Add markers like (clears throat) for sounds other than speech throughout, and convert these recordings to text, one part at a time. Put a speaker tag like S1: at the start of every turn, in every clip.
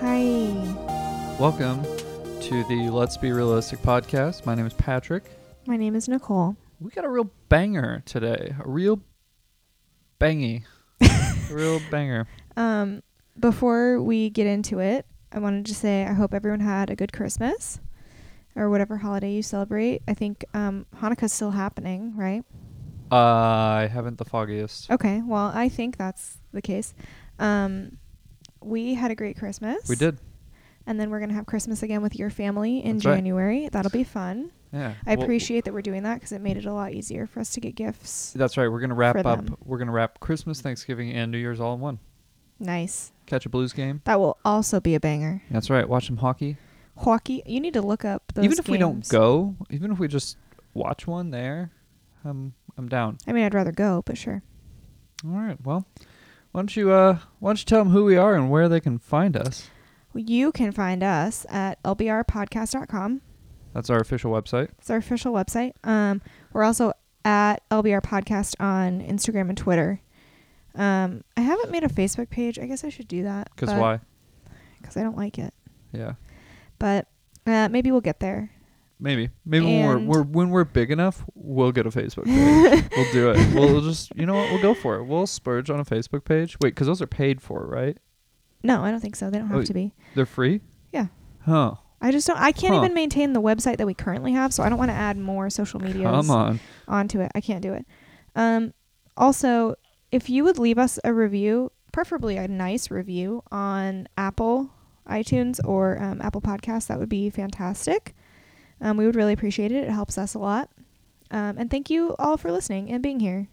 S1: Hi.
S2: Welcome to the Let's Be Realistic podcast. My name is Patrick.
S1: My name is Nicole.
S2: We got a real banger today. A real bangy. a
S1: (laughs)
S2: real banger.
S1: Um, before we get into it, I wanted to say I hope everyone had a good Christmas or whatever holiday you celebrate. I think um, Hanukkah's still happening, right?
S2: Uh, I haven't the foggiest.
S1: Okay. Well, I think that's the case. Um, we had a great Christmas.
S2: We did.
S1: And then we're going to have Christmas again with your family in
S2: That's right.
S1: January. That'll be fun.
S2: Yeah.
S1: I
S2: Well,
S1: appreciate that we're doing that because it made it a lot easier for us to get gifts.
S2: That's right. We're going to wrap
S1: for
S2: up.
S1: them.
S2: We're going to wrap Christmas, Thanksgiving, and New Year's all in one.
S1: Nice.
S2: Catch a Blues game.
S1: That will also be a banger.
S2: That's right. Watch some hockey.
S1: Hockey. You need to look up those.
S2: even if we don't
S1: games.
S2: go, even if we just watch one there, I'm I'm down.
S1: I mean, I'd rather go, but sure.
S2: All right. Well, why don't you uh why don't you tell them who we are and where they can find us?
S1: You can find us at lbrpodcast.com.
S2: That's our official website.
S1: It's our official website. Um, we're also at LBR Podcast on Instagram and Twitter. Um, I haven't made a Facebook page. I guess I should do that.
S2: Because why?
S1: Because I don't like it.
S2: Yeah.
S1: But uh, maybe we'll get there.
S2: Maybe. Maybe when we're,
S1: And-
S2: we're when we're big enough, we'll get a
S1: (laughs)
S2: Facebook page. we'll do it. We'll just you know what? We'll go for it. We'll spurge on a Facebook page. Wait, because those are paid for, right?
S1: No, I don't think so. They don't have
S2: Oh,
S1: to be.
S2: They're free.
S1: Yeah.
S2: Huh.
S1: I just don't. I can't
S2: Huh.
S1: even maintain the website that we currently have, so I don't want to add more social media.
S2: Come on.
S1: onto it. I can't do it. Um, also, if you would leave us a review, preferably a nice review on Apple, iTunes, or um, Apple Podcasts, that would be fantastic. Um, we would really appreciate it. It helps us a lot. Um, and thank you all for listening and being here.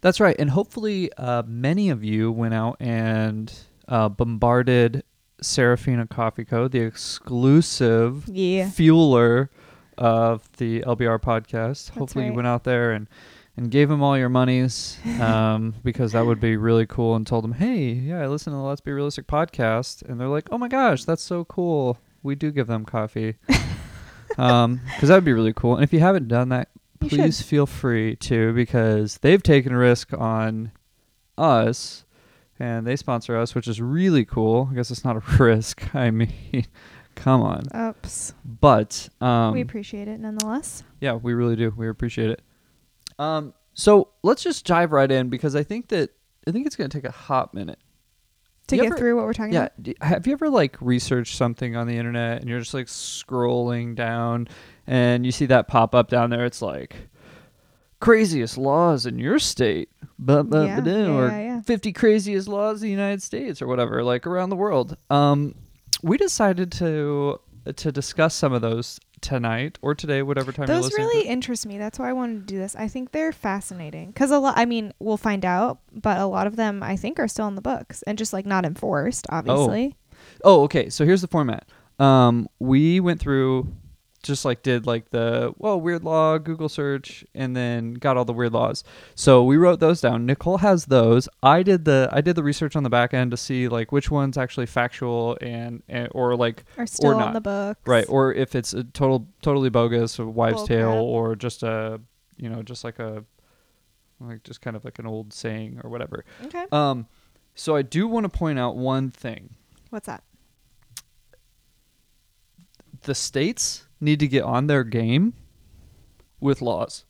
S2: That's right. And hopefully, uh, many of you went out and uh, bombarded Serafina Coffee Co., the exclusive
S1: Yeah.
S2: fueler of the LBR podcast. Hopefully,
S1: right.
S2: you went out there and and gave him all your monies
S1: (laughs)
S2: um, because that would be really cool. And told him, hey, yeah, I listen to the Let's Be Realistic podcast, and they're like, oh my gosh, that's so cool. We do give them
S1: (laughs)
S2: coffee because that would be really cool. And if you haven't done that,
S1: You should.
S2: please feel free to because they've taken a risk on us. And they sponsor us, which is really cool. I guess it's not a (laughs) risk. I mean, come on.
S1: Oops.
S2: But um,
S1: we appreciate it nonetheless.
S2: yeah, we really do. We appreciate it. Um, so let's just dive right in because I think that I think it's going to take a hot minute.
S1: To
S2: you
S1: get
S2: ever-
S1: through what we're talking
S2: Yeah.
S1: about.
S2: d- Have you ever like researched something on the internet and you're just like scrolling down and you see that pop up down there? It's like craziest laws in your state, but but
S1: Yeah, yeah,
S2: or
S1: yeah, yeah.
S2: 50 craziest laws in the United States or whatever, like around the world. Um, we decided to to discuss some of those tonight or today, whatever time you're
S1: Those
S2: listening. to
S1: really interest me. That's why I wanted to do this. I think they're fascinating because a lot. I mean, we'll find out, but a lot of them I think are still in the books and just like not enforced, obviously.
S2: Oh, okay. So here's the format. Um, we went through, just like did like the well weird law Google search, and then got all the weird laws. So we wrote those down. Nicole has those. I did the I did the research on the back end to see like which one's actually factual and, and or like
S1: Are still in
S2: not.
S1: the books,
S2: right or if it's a total totally bogus, a wives'
S1: Bull
S2: tale,
S1: crap.
S2: or just a you know just like a like just kind of like an old saying or whatever.
S1: Okay,
S2: Um, so I do want to point out one thing.
S1: what's that?
S2: the states need to get on their game with laws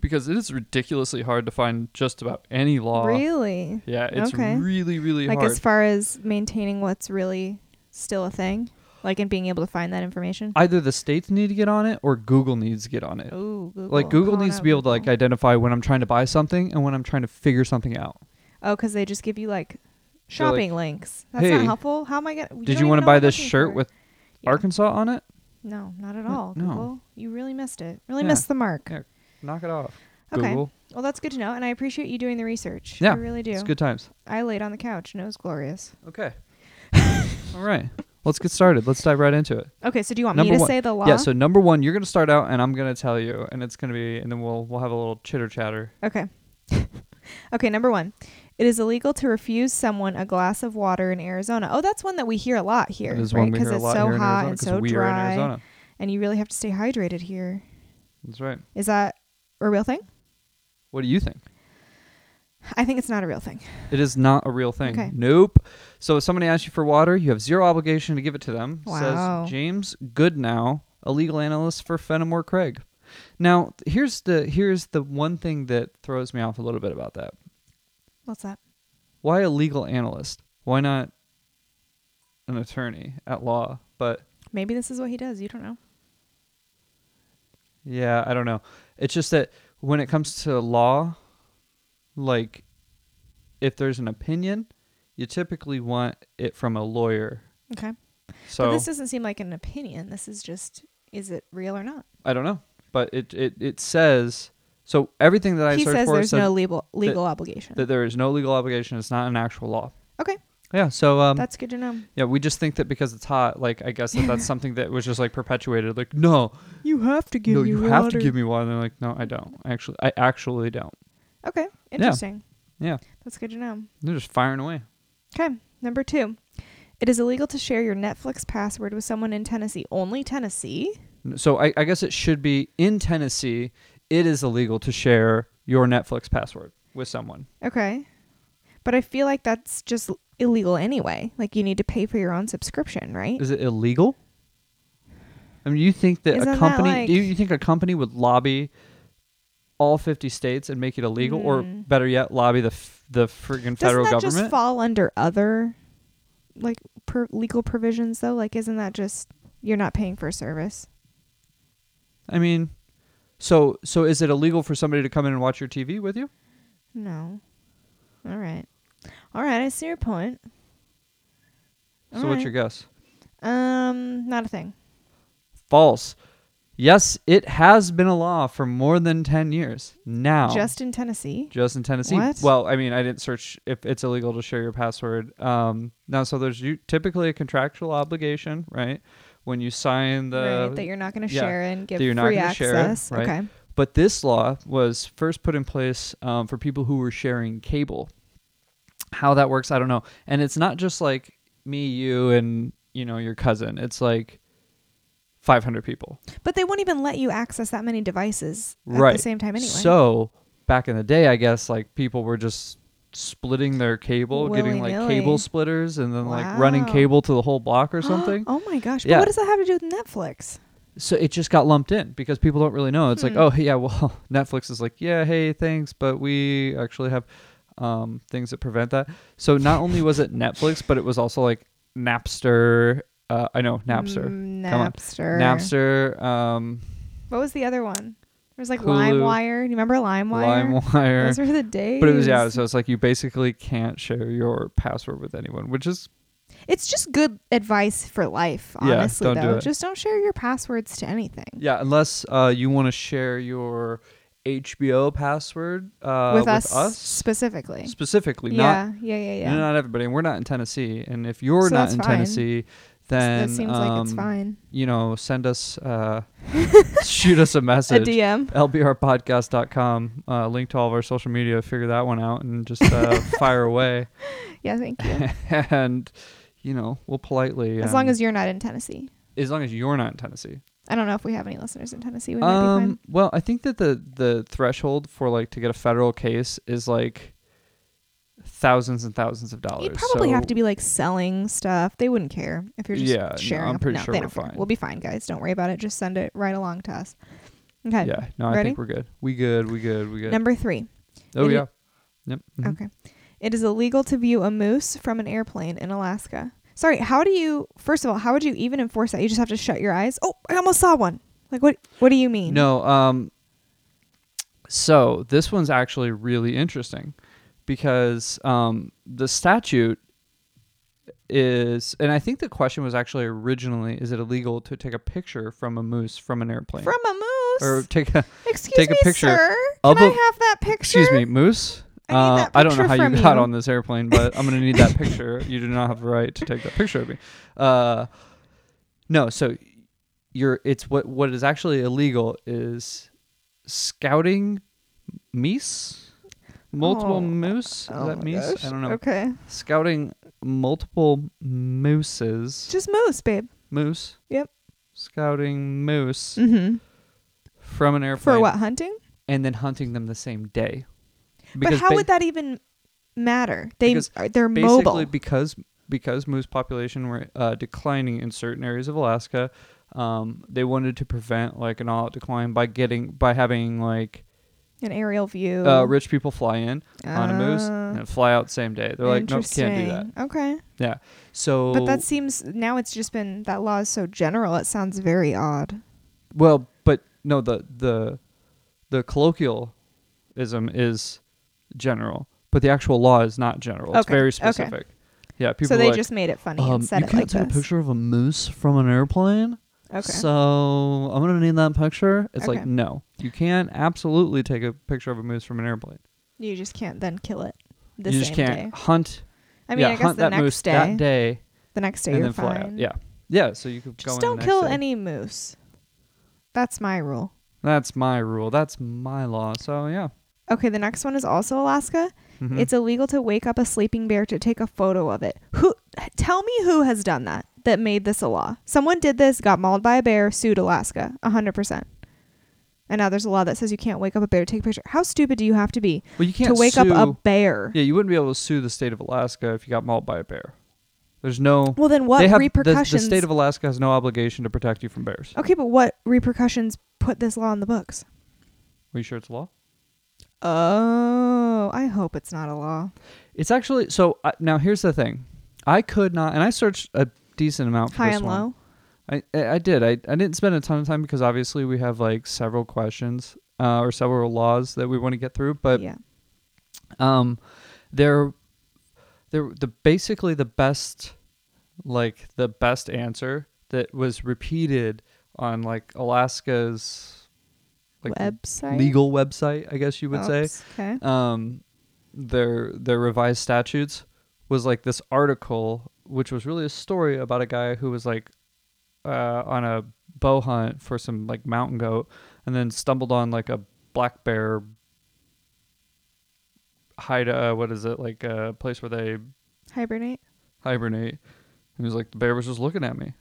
S2: because it is ridiculously hard to find just about any law.
S1: really,
S2: Yeah, it's
S1: Okay.
S2: really, really
S1: like
S2: uh, hard.
S1: as far as maintaining what's really still a thing, like and being able to find that information.
S2: Either the states need to get on it or Google needs to get on it.
S1: Ooh, Google.
S2: Like Google
S1: Calling
S2: needs
S1: out
S2: to be able to like
S1: Google.
S2: identify when I'm trying to buy something and when I'm trying to figure something out.
S1: oh, because they just give you like shopping links. That's not
S2: "Hey,
S1: helpful. How am I gonna?
S2: Did
S1: don't
S2: you
S1: even
S2: want to
S1: know
S2: buy
S1: I'm
S2: this
S1: looking
S2: shirt
S1: for.
S2: with
S1: Yeah.
S2: Arkansas on it?
S1: No, not at
S2: No,
S1: all.
S2: no.
S1: Google, you really missed it. Really
S2: Yeah.
S1: missed the mark.
S2: Yeah. Knock it off.
S1: Okay.
S2: Google.
S1: Well, that's good to know, and I appreciate you doing the research.
S2: Yeah,
S1: I really do.
S2: It's good times.
S1: I laid on the couch, and it was glorious. (laughs)
S2: Okay. All right. Let's get started. Let's dive right into it.
S1: Okay, so do you want
S2: Number
S1: me to
S2: one.
S1: say the law?
S2: Yeah, so number one, you're gonna start out, and I'm gonna tell you, and it's gonna be, and then we'll we'll have a little chitter chatter.
S1: okay. (laughs) okay, number one, it is illegal to refuse someone a glass of water in Arizona. Oh, that's one that we hear a lot here,
S2: It is
S1: right?
S2: one we hear a
S1: it's
S2: lot
S1: so
S2: here in
S1: hot
S2: Arizona
S1: and
S2: 'cause
S1: so
S2: we are in
S1: dry,
S2: Arizona.
S1: and you really have to stay hydrated here.
S2: That's right.
S1: Is that a real thing?
S2: What do you think?
S1: I think it's not a real thing.
S2: It is not a real thing.
S1: Okay.
S2: Nope. So if somebody asks you for water, you have zero obligation to give it to them.
S1: Wow.
S2: Says James Goodnow, a legal analyst for Fenimore Craig. Now here's the here's the one thing that throws me off a little bit about that.
S1: What's that?
S2: Why a legal analyst? Why not an attorney at law? But
S1: Maybe this is what he does. You don't know.
S2: Yeah, I don't know. It's just that when it comes to law, like if there's an opinion, you typically want it from a lawyer.
S1: Okay.
S2: So
S1: but this doesn't seem like an opinion. This is just is it real or not?
S2: I don't know, but it it, it says so everything that I
S1: he
S2: searched
S1: says
S2: for
S1: there's
S2: said
S1: no legal legal obligation.
S2: that there is no legal obligation. It's not an actual law.
S1: okay.
S2: Yeah. So um,
S1: That's good to know.
S2: yeah, we just think that because it's hot, like I guess
S1: (laughs)
S2: that that's something that was just like perpetuated. Like no,
S1: You have to give
S2: no,
S1: me
S2: you have to give me water. And they're like no, I don't actually. I actually don't.
S1: Okay. Interesting.
S2: Yeah,
S1: That's good to know.
S2: they're just firing away.
S1: Okay. Number two. It is illegal to share your Netflix password with someone in Tennessee. Only Tennessee?
S2: So I, I guess it should be in Tennessee. It is illegal to share your Netflix password with someone.
S1: Okay. But I feel like that's just illegal anyway. Like you need to pay for your own subscription, right?
S2: Is it illegal? I mean, you think that
S1: Isn't
S2: a
S1: that
S2: company?
S1: like-
S2: do you think a company would lobby all fifty states and make it illegal, or
S1: Mm.
S2: better yet, lobby the f- the
S1: Doesn't
S2: friggin' federal
S1: that
S2: government?
S1: just fall under other like per- legal provisions though? Like isn't that just you're not paying for a service?
S2: I mean, so so is it illegal for somebody to come in and watch your TV with you?
S1: No. All right. All right, I see your point.
S2: so what's your guess?
S1: Um, not a thing.
S2: False. Yes, it has been a law for more than ten years now.
S1: Just in Tennessee?
S2: Just in Tennessee.
S1: What?
S2: Well, I mean, I didn't search if it's illegal to share your password. Um, now, so there's u- typically a contractual obligation, right? When you sign the.
S1: right, that you're not going to
S2: yeah,
S1: share and give
S2: that you're not
S1: free
S2: gonna share,
S1: access.
S2: right.
S1: Okay.
S2: but this law was first put in place um, for people who were sharing cable. How that works, I don't know. And it's not just like me, you, and you know your cousin. It's like 500 people.
S1: But they won't even let you access that many devices at
S2: Right.
S1: the same time anyway.
S2: So back in the day, I guess like people were just splitting their cable, getting like
S1: Willy-nilly.
S2: cable splitters, and then like running
S1: Wow.
S2: cable to the whole block or
S1: (gasps)
S2: something.
S1: oh my gosh. But
S2: Yeah.
S1: what does that have to do with Netflix?
S2: so it just got lumped in because people don't really know. It's
S1: Hmm.
S2: like, oh yeah, well (laughs) Netflix is like, yeah, hey, thanks, but we actually have um, things that prevent that. So not only was it Netflix, but it was also like Napster. Uh, I know Napster.
S1: Mm,
S2: Come on.
S1: Napster.
S2: Napster, um,
S1: What was the other one? There was like
S2: Hulu.
S1: LimeWire. Do you remember LimeWire?
S2: LimeWire.
S1: Those were the days.
S2: But it was yeah, so it's like you basically can't share your password with anyone, which is
S1: It's just good advice for life,
S2: Yeah,
S1: honestly,
S2: don't do
S1: though.
S2: it.
S1: Just don't share your passwords to anything.
S2: yeah, unless uh, you want to share your HBO password uh,
S1: with, us, specifically.
S2: specifically. Not
S1: yeah, yeah, yeah,
S2: you
S1: yeah.
S2: know, not everybody, and we're not in Tennessee, and if
S1: So
S2: you're not
S1: that's
S2: in
S1: fine.
S2: Tennessee, then
S1: that seems like it's
S2: um,
S1: fine.
S2: You know, send
S1: (laughs)
S2: us, uh, shoot us a
S1: A
S2: message.
S1: DM.
S2: LBRpodcast.com, uh, link to all of our social media, figure that one out, and
S1: (laughs)
S2: just uh, fire away. (laughs)
S1: Yeah, thank you.
S2: And, you know, we'll politely. um,
S1: As long as you're not in Tennessee.
S2: as long as you're not in Tennessee.
S1: I don't know if we have any listeners in Tennessee. We might be fine.
S2: Um, well, I think that the the threshold for like to get a federal case is like thousands and thousands of dollars.
S1: You probably
S2: Um, So
S1: have to be like selling stuff. They wouldn't care if you're just
S2: Yeah, no,
S1: sharing.
S2: I'm
S1: up-
S2: pretty
S1: no,
S2: sure
S1: they
S2: we're
S1: don't care.
S2: fine.
S1: We'll be fine, guys. Don't worry about it. Just send it right along to us. Okay.
S2: Yeah, no, I
S1: Ready?
S2: think we're good. We good. We good. We good.
S1: Number three.
S2: oh
S1: it-
S2: yeah. Yep. mhm.
S1: Okay. It is illegal to view a moose from an airplane in Alaska. Sorry, how do you first of all, how would you even enforce that? You just have to shut your eyes? Oh, I almost saw one. Like what what do you mean?
S2: No. Um. So this one's actually really interesting because um, the statute is, and I think the question was actually originally, is it illegal to take a picture from a moose from an airplane
S1: From a moose.
S2: or take a
S1: excuse
S2: take a
S1: me,
S2: picture
S1: sir.
S2: of
S1: Can I
S2: a-
S1: have that picture?
S2: Excuse me, Moose.
S1: I need
S2: Uh,
S1: that
S2: I don't know
S1: picture
S2: how
S1: from
S2: you got
S1: you.
S2: on this airplane, but I'm gonna need that picture. You do not have the right to take that picture of me. Uh, no, so you're. It's what what is actually illegal is scouting meese, multiple
S1: Oh,
S2: moose.
S1: Oh
S2: is that
S1: my
S2: meese?
S1: gosh.
S2: I don't know.
S1: Okay.
S2: Scouting multiple mooses.
S1: Just moose, babe.
S2: moose.
S1: Yep.
S2: Scouting moose
S1: Mm-hmm.
S2: from an airplane
S1: For what hunting?
S2: and then hunting them the same day.
S1: But
S2: because
S1: how
S2: ba-
S1: would that even matter? They
S2: Because
S1: are they're
S2: basically
S1: mobile.
S2: because because moose population were uh, declining in certain areas of Alaska, um, they wanted to prevent like an all-out decline by getting by having like
S1: An aerial view.
S2: uh, rich people fly in on a moose
S1: Oh. Ah,
S2: and then fly out same day. They're like, nope, can't do that.
S1: interesting. Okay.
S2: So,
S1: But that seems now it's just been that law is so general. It sounds very odd.
S2: well, but no, the the the colloquialism is general, but the actual law is not general. It's
S1: Okay,
S2: very
S1: okay.
S2: specific. Yeah, people
S1: so
S2: are
S1: they
S2: like,
S1: just made it funny
S2: um,
S1: and said
S2: you
S1: it
S2: can't
S1: like
S2: take
S1: this.
S2: a picture of a moose from an airplane.
S1: okay.
S2: So I'm gonna need that picture. It's like
S1: Okay.
S2: no, you can absolutely take a picture of a moose from an airplane.
S1: you just can't then kill it the
S2: you
S1: same
S2: just can't
S1: day.
S2: hunt.
S1: I mean,
S2: yeah,
S1: I guess
S2: hunt
S1: the
S2: that
S1: next
S2: moose
S1: day,
S2: that day
S1: The next day
S2: and
S1: you're
S2: then
S1: fine.
S2: fly out. Yeah, yeah. So you could go
S1: Just
S2: in
S1: don't
S2: the next
S1: kill
S2: day.
S1: any moose. That's my rule.
S2: That's my rule. That's my law. So yeah.
S1: Okay, the next one is also Alaska.
S2: Mhm.
S1: It's illegal to wake up a sleeping bear to take a photo of it. Who tell me who has done that that made this a law? Someone did this, got mauled by a bear, sued Alaska, 100%. And now there's a law that says you can't wake up a bear to take a picture. How stupid do you have to be
S2: well, you can't
S1: to wake
S2: sue-
S1: up a bear?
S2: Yeah, you wouldn't be able to sue the state of Alaska if you got mauled by a bear. There's no.
S1: Well, then what
S2: they have the-
S1: repercussions? Oh.
S2: The, state of Alaska has no obligation to protect you from bears.
S1: okay, but what repercussions put this law in the books?
S2: Are you sure it's a law?
S1: Oh, I hope it's not a law.
S2: It's actually so. I now here's the thing. I could not, and I searched a decent amount for
S1: High
S2: this
S1: and
S2: one.
S1: low.
S2: I, I I did. I, I didn't spend a ton of time because obviously we have like several questions uh, or several laws that we want to get through. But
S1: yeah.
S2: um, they're they're the basically the best like the best answer that was repeated on like Alaska's like
S1: Website. Oh,
S2: legal website, I guess you would say
S1: Okay.
S2: um, their their revised statutes was like this article, which was really a story about a guy who was like uh, on a bow hunt for some like mountain goat, and then stumbled on like a black bear hide. Uh, what is it like a place where they
S1: Hibernate.
S2: hibernate? And he was like, the bear was just looking at me,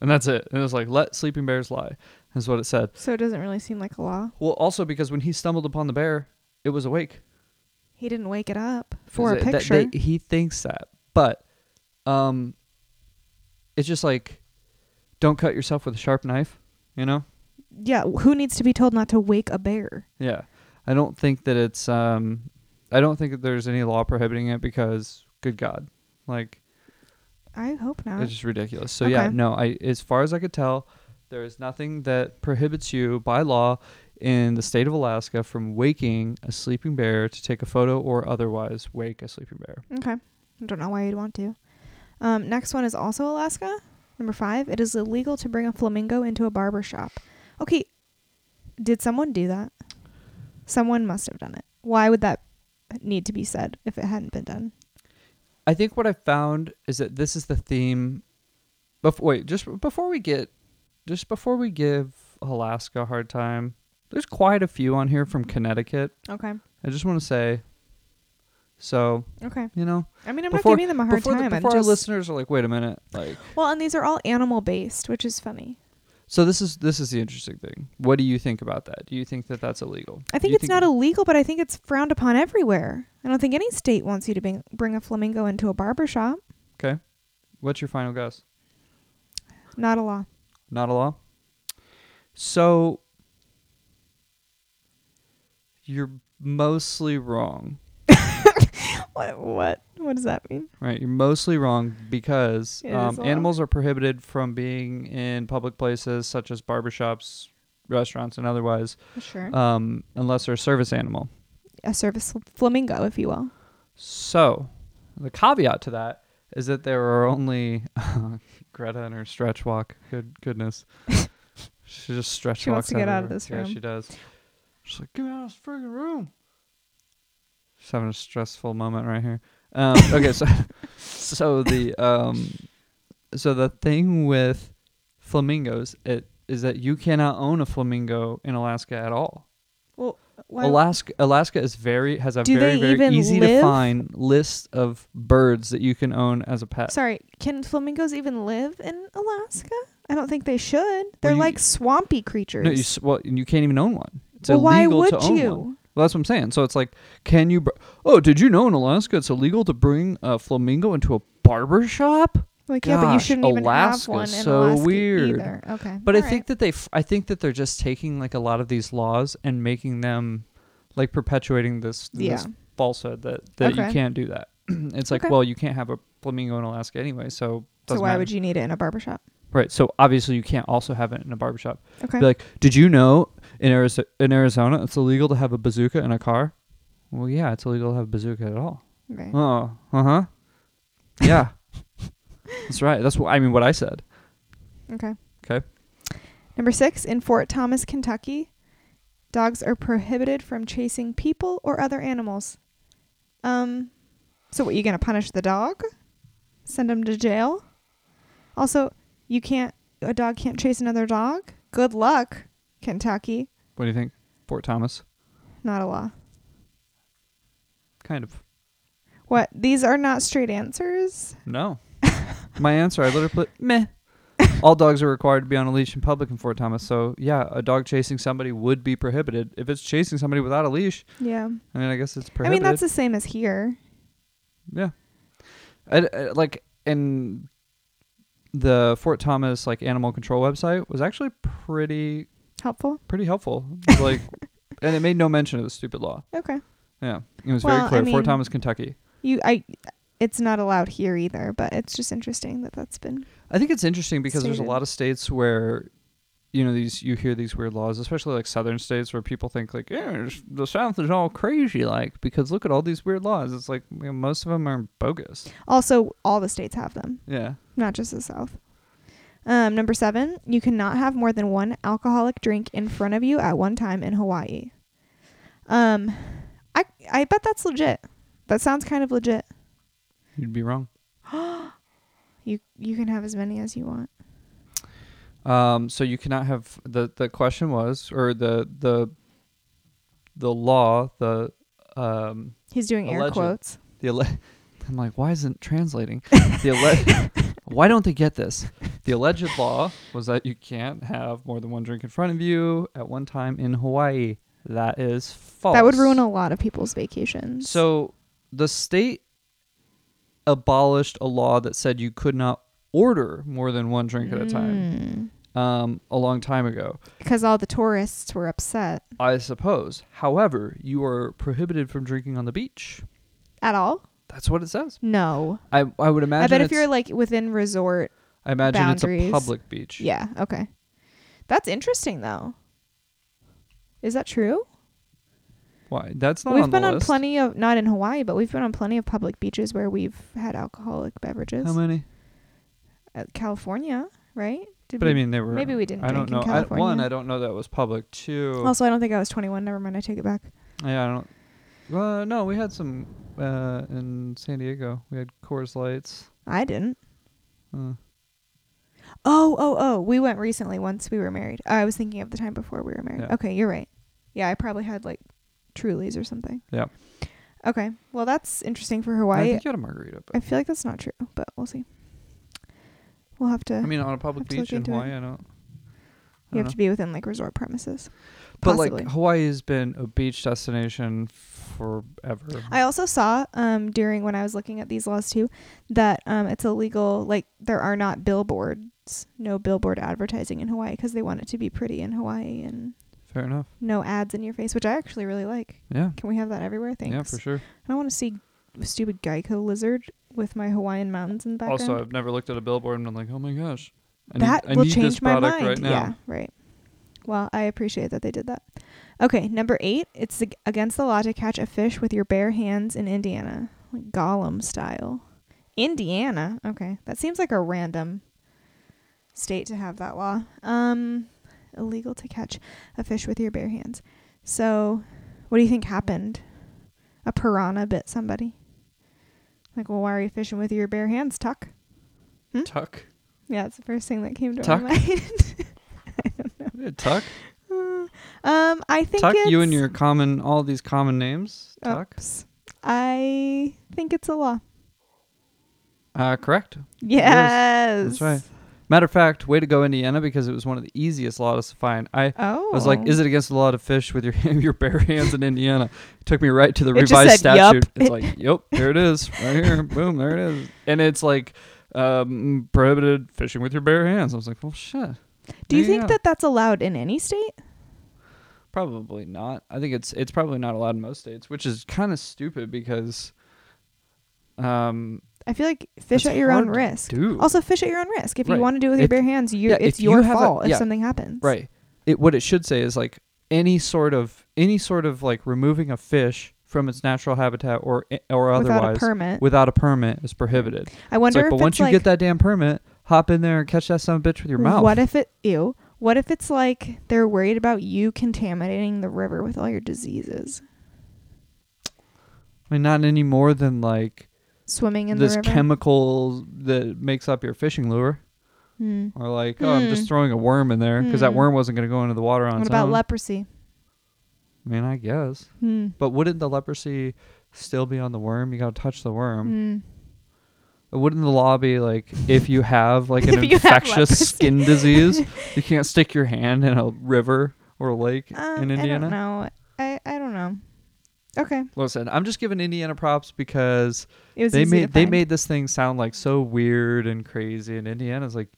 S2: and that's it. And it was like, let sleeping bears lie, is what it said.
S1: So it doesn't really seem like a law.
S2: Well, also because when he stumbled upon the bear, it was awake.
S1: He didn't wake it up for a
S2: Is it- that-
S1: picture.
S2: they- he thinks that, but um, it's just like don't cut yourself with a sharp knife. You know?
S1: yeah, who needs to be told not to wake a bear?
S2: Yeah. I don't think that it's um, I don't think that there's any law prohibiting it because good God, like
S1: I hope not.
S2: it's just ridiculous. So yeah,
S1: Okay.
S2: no. I as far as I could tell, there is nothing that prohibits you by law in the state of Alaska from waking a sleeping bear to take a photo or otherwise wake a sleeping bear.
S1: okay. I don't know why you'd want to. Um, next one is also Alaska. Number five, it is illegal to bring a flamingo into a barber shop. Okay, did someone do that? Someone must have done it. Why would that need to be said if it hadn't been done?
S2: I think what I found is that this is the theme. Bef- wait, just before we get, just before we give Alaska a hard time, there's quite a few on here from Connecticut.
S1: Okay.
S2: I just want to say, so
S1: Okay.
S2: you know,
S1: I mean, I'm
S2: Before-
S1: not giving them a hard
S2: before, the-
S1: time. I'm
S2: before our
S1: just
S2: listeners are like, wait a minute, like,
S1: well, and these are all animal based, which is funny.
S2: so this is this is the interesting thing. What do you think about that? Do you think that that's illegal?
S1: I
S2: Do
S1: think
S2: you
S1: it's not illegal, but I think it's frowned upon everywhere. I don't think any state wants you to bring, bring a flamingo into a barber shop.
S2: Okay, what's your final guess?
S1: Not a law.
S2: Not a law. So you're mostly wrong,
S1: What? What? What does that mean?
S2: right? You're mostly wrong because
S1: It is
S2: um,
S1: a law.
S2: animals are prohibited from being in public places such as barbershops, restaurants, and otherwise,
S1: Sure.
S2: um, unless they're a service animal.
S1: a service flamingo, if you will.
S2: So the caveat to that is that there are only (laughs) Greta and her stretch walk.
S1: (laughs)
S2: Good goodness. She just stretch
S1: She wants
S2: walks
S1: to get out of
S2: everywhere.
S1: this
S2: Yeah,
S1: room.
S2: she does. She's like, get me out of this friggin' room. She's having a stressful moment right here.
S1: (laughs)
S2: Um, okay, so so the um, so the thing with flamingos it is that you cannot own a flamingo in Alaska at all. Alaska Alaska is very has a
S1: Do
S2: very
S1: they
S2: very
S1: even
S2: easy to
S1: live?
S2: find list of birds that you can own as a pet.
S1: Sorry, can flamingos even live in Alaska? I don't think they should. They're
S2: you-
S1: like swampy creatures.
S2: No, you s- well you can't even own one. It's
S1: well, why
S2: illegal
S1: would
S2: to own
S1: you?
S2: one. Well, that's what I'm saying. So it's like, can you? Br- oh, did you know in Alaska it's illegal to bring a flamingo into a barber shop?
S1: Like yeah, but you
S2: Gosh,
S1: shouldn't even have
S2: Alaska's
S1: one in
S2: so
S1: Alaska
S2: weird.
S1: either. Okay,
S2: But I
S1: All right.
S2: think that they, f- I think that they're just taking like a lot of these laws and making them, like perpetuating this,
S1: yeah,
S2: this falsehood that that
S1: Okay.
S2: you can't do that. (clears throat) it's like,
S1: Okay.
S2: well, you can't have a flamingo in Alaska anyway, so
S1: so
S2: doesn't
S1: why
S2: matter.
S1: would you need it in a barbershop?
S2: Right. So obviously you can't also have it in a barbershop.
S1: Okay,
S2: Be like, did you know in Arizona, in Arizona it's illegal to have a bazooka in a car? Well, yeah, it's illegal to have a bazooka at all.
S1: okay.
S2: Oh, uh
S1: uh-huh.
S2: (laughs) huh. Yeah. That's right. That's what I mean. What I said.
S1: Okay.
S2: 'Kay.
S1: Number six, in Fort Thomas, Kentucky, dogs are prohibited from chasing people or other animals. Um, so what? You gonna punish the dog? Send him to jail? Also, you can't. A dog can't chase another dog. Good luck, Kentucky.
S2: What do you think, Fort Thomas?
S1: Not a law.
S2: Kind of.
S1: What? These are not straight answers.
S2: No. (laughs) My answer. I literally put meh. All dogs are required to be on a leash in public in Fort Thomas. So yeah, a dog chasing somebody would be prohibited if it's chasing somebody without a leash.
S1: Yeah.
S2: I mean, I guess it's
S1: I
S2: prohibited.
S1: mean, that's the same as here.
S2: Yeah. I, I- like and the Fort Thomas like animal control website was actually pretty
S1: Helpful.
S2: pretty helpful. Like
S1: (laughs)
S2: and it made no mention of the stupid law.
S1: Okay.
S2: Yeah. It was
S1: Well, I
S2: very clear.
S1: mean-
S2: Fort Thomas, Kentucky.
S1: You, I. It's not allowed here either, but it's just interesting that that's been
S2: I think it's interesting because there's a
S1: Stated.
S2: lot of states where you know these you hear these weird laws, especially like southern states where people think like, yeah, it's- the South is all crazy like because look at all these weird laws. It's like you know, most of them are bogus.
S1: Also, all the states have them,
S2: Yeah.
S1: not just the South. Um, number seven, you cannot have more than one alcoholic drink in front of you at one time in Hawaii. Um, I I bet that's legit. That sounds kind of legit.
S2: You'd be wrong.
S1: You you can have as many as you want.
S2: Um, so you cannot have the the question was or the the the law the um
S1: He's doing air
S2: Alleged.
S1: quotes.
S2: the ele- (laughs) I'm like why isn't it translating the
S1: (laughs)
S2: ele- why don't they get this the alleged law was that you can't have more than one drink in front of you at one time in Hawaii that is false
S1: That would ruin a lot of people's vacations.
S2: so the state abolished a law that said you could not order more than one drink at a time
S1: Mm.
S2: um a long time ago
S1: Because Hmm. all the tourists were upset.
S2: I suppose. However, you are prohibited from drinking on the beach.
S1: At all?
S2: That's what it says.
S1: No.
S2: I, I would imagine.
S1: I bet if
S2: it's-
S1: you're like within resort.
S2: I imagine it's
S1: boundaries.
S2: a public beach.
S1: Yeah, okay. That's interesting though. Is that true?
S2: Why? That's not
S1: we've
S2: on
S1: been
S2: the
S1: on
S2: list.
S1: plenty of not in Hawaii, but we've been on plenty of public beaches where we've had alcoholic beverages.
S2: How many?
S1: Uh, California, right? Did
S2: But
S1: we,
S2: I mean, they were.
S1: maybe we didn't
S2: I don't
S1: drink in
S2: know. I,
S1: California.
S2: one, I don't know that was public. Two,
S1: also Oh, I don't think I was 21. Never mind, I take it back.
S2: yeah, I don't. Well, no, we had some uh, in San Diego. We had Coors Lights.
S1: I didn't.
S2: Uh,
S1: Oh, oh, oh! We went recently once we were married. I was thinking of the time before we were married.
S2: Yeah.
S1: Okay, you're right. Yeah, I probably had like Trulies or something.
S2: Yeah.
S1: Okay, well that's interesting for
S2: I
S1: Hawaii.
S2: think you had a margarita.
S1: I
S2: But,
S1: feel like that's not true, but we'll see. We'll have to.
S2: I mean, on a public
S1: have to look
S2: beach in
S1: into it.
S2: Hawaii, I don't. I
S1: you have
S2: don't
S1: to be within like resort premises.
S2: But
S1: Possibly.
S2: like Hawaii has been a beach destination forever.
S1: I also saw um, during when I was looking at these laws too that um, it's illegal. Like there are not billboards, no billboard advertising in Hawaii because they want it to be pretty in Hawaii and
S2: Fair enough.
S1: no ads in your face, which I actually really like.
S2: Yeah.
S1: Can we have that everywhere? Thanks.
S2: Yeah, for sure.
S1: I don't want to see stupid Geico lizard with my Hawaiian mountains in the background.
S2: Also, I've never looked at a billboard and I'm like, oh my gosh, I
S1: that
S2: need, I
S1: will
S2: need
S1: change
S2: this
S1: my
S2: product
S1: mind.
S2: right now.
S1: Yeah, right. Well, I appreciate that they did that. Okay, number eight. It's ag- against the law to catch a fish with your bare hands in Indiana, like Gollum style. Indiana. Okay, that seems like a random state to have that law. Um, illegal to catch a fish with your bare hands. So, what do you think happened? A piranha bit somebody. Like, well, why are you fishing with your bare hands, Tuck?
S2: (laughs) Tuck,
S1: Yeah, it's the first thing that came to
S2: Tuck?
S1: my mind. (laughs)
S2: Yeah, Tuck,
S1: Uh, um, I (laughs) think
S2: Tuck.
S1: It's Oh.
S2: You and your common, all these common names. Tuck.
S1: Oops. I think it's a law.
S2: Uh, correct.
S1: Yes,
S2: That's right. Matter of fact, way to go, Indiana, because it was one of the easiest laws to find. I
S1: Oh.
S2: I was like, "Is it against the law to fish with your (laughs) your bare hands in Indiana?" took me right to the
S1: It just
S2: revised
S1: said, yup.
S2: statute.
S1: (laughs)
S2: It's like, "Yep, there it is, right here, boom, there it is," and it's like um, prohibited fishing with your bare hands. I was like, "Well, shit."
S1: Do you
S2: there you
S1: think
S2: go.
S1: that that's allowed in any state?
S2: Probably not. I think it's it's probably not allowed in most states, which is kind of stupid because um
S1: I feel like fish
S2: That's
S1: at your own
S2: hard to
S1: risk.
S2: do.
S1: Also, fish at your own risk. If
S2: Right.
S1: you want to do it with your
S2: If-
S1: bare hands, you
S2: yeah,
S1: it's
S2: if you
S1: your
S2: have a-
S1: fault if
S2: yeah.
S1: something happens.
S2: right. It what it should say is like any sort of any sort of like removing a fish from its natural habitat or eh, or
S1: Without
S2: otherwise
S1: a permit.
S2: without a permit is prohibited.
S1: I
S2: It's
S1: wonder
S2: like,
S1: if
S2: but
S1: it's
S2: once you
S1: like,
S2: get that damn permit, hop in there and catch that son of a bitch with your mouth.
S1: What if it ew? What if it's like they're worried about you contaminating the river with all your diseases?
S2: I mean, not any more than like
S1: Swimming in
S2: this
S1: the river.
S2: chemical that makes up your fishing lure.
S1: Hmm.
S2: Or like, oh, I'm
S1: Hmm.
S2: just throwing a worm in there because that
S1: Hmm.
S2: worm wasn't going to go into the water on
S1: What
S2: its
S1: about
S2: own.
S1: leprosy?
S2: I mean, I guess.
S1: Hmm.
S2: But wouldn't the leprosy still be on the worm? You got to touch the worm.
S1: Hmm.
S2: Wouldn't the law be like, if you have
S1: (laughs)
S2: like an
S1: If you have leprosy.
S2: infectious skin
S1: (laughs)
S2: disease, you can't stick your hand in a river or lake
S1: Um,
S2: in
S1: I don't
S2: Indiana?
S1: know. I, I don't know. Okay.
S2: Listen, I'm just giving Indiana props because
S1: It was
S2: they
S1: easy to
S2: made they
S1: find.
S2: made this thing sound like so weird and crazy, and Indiana's like,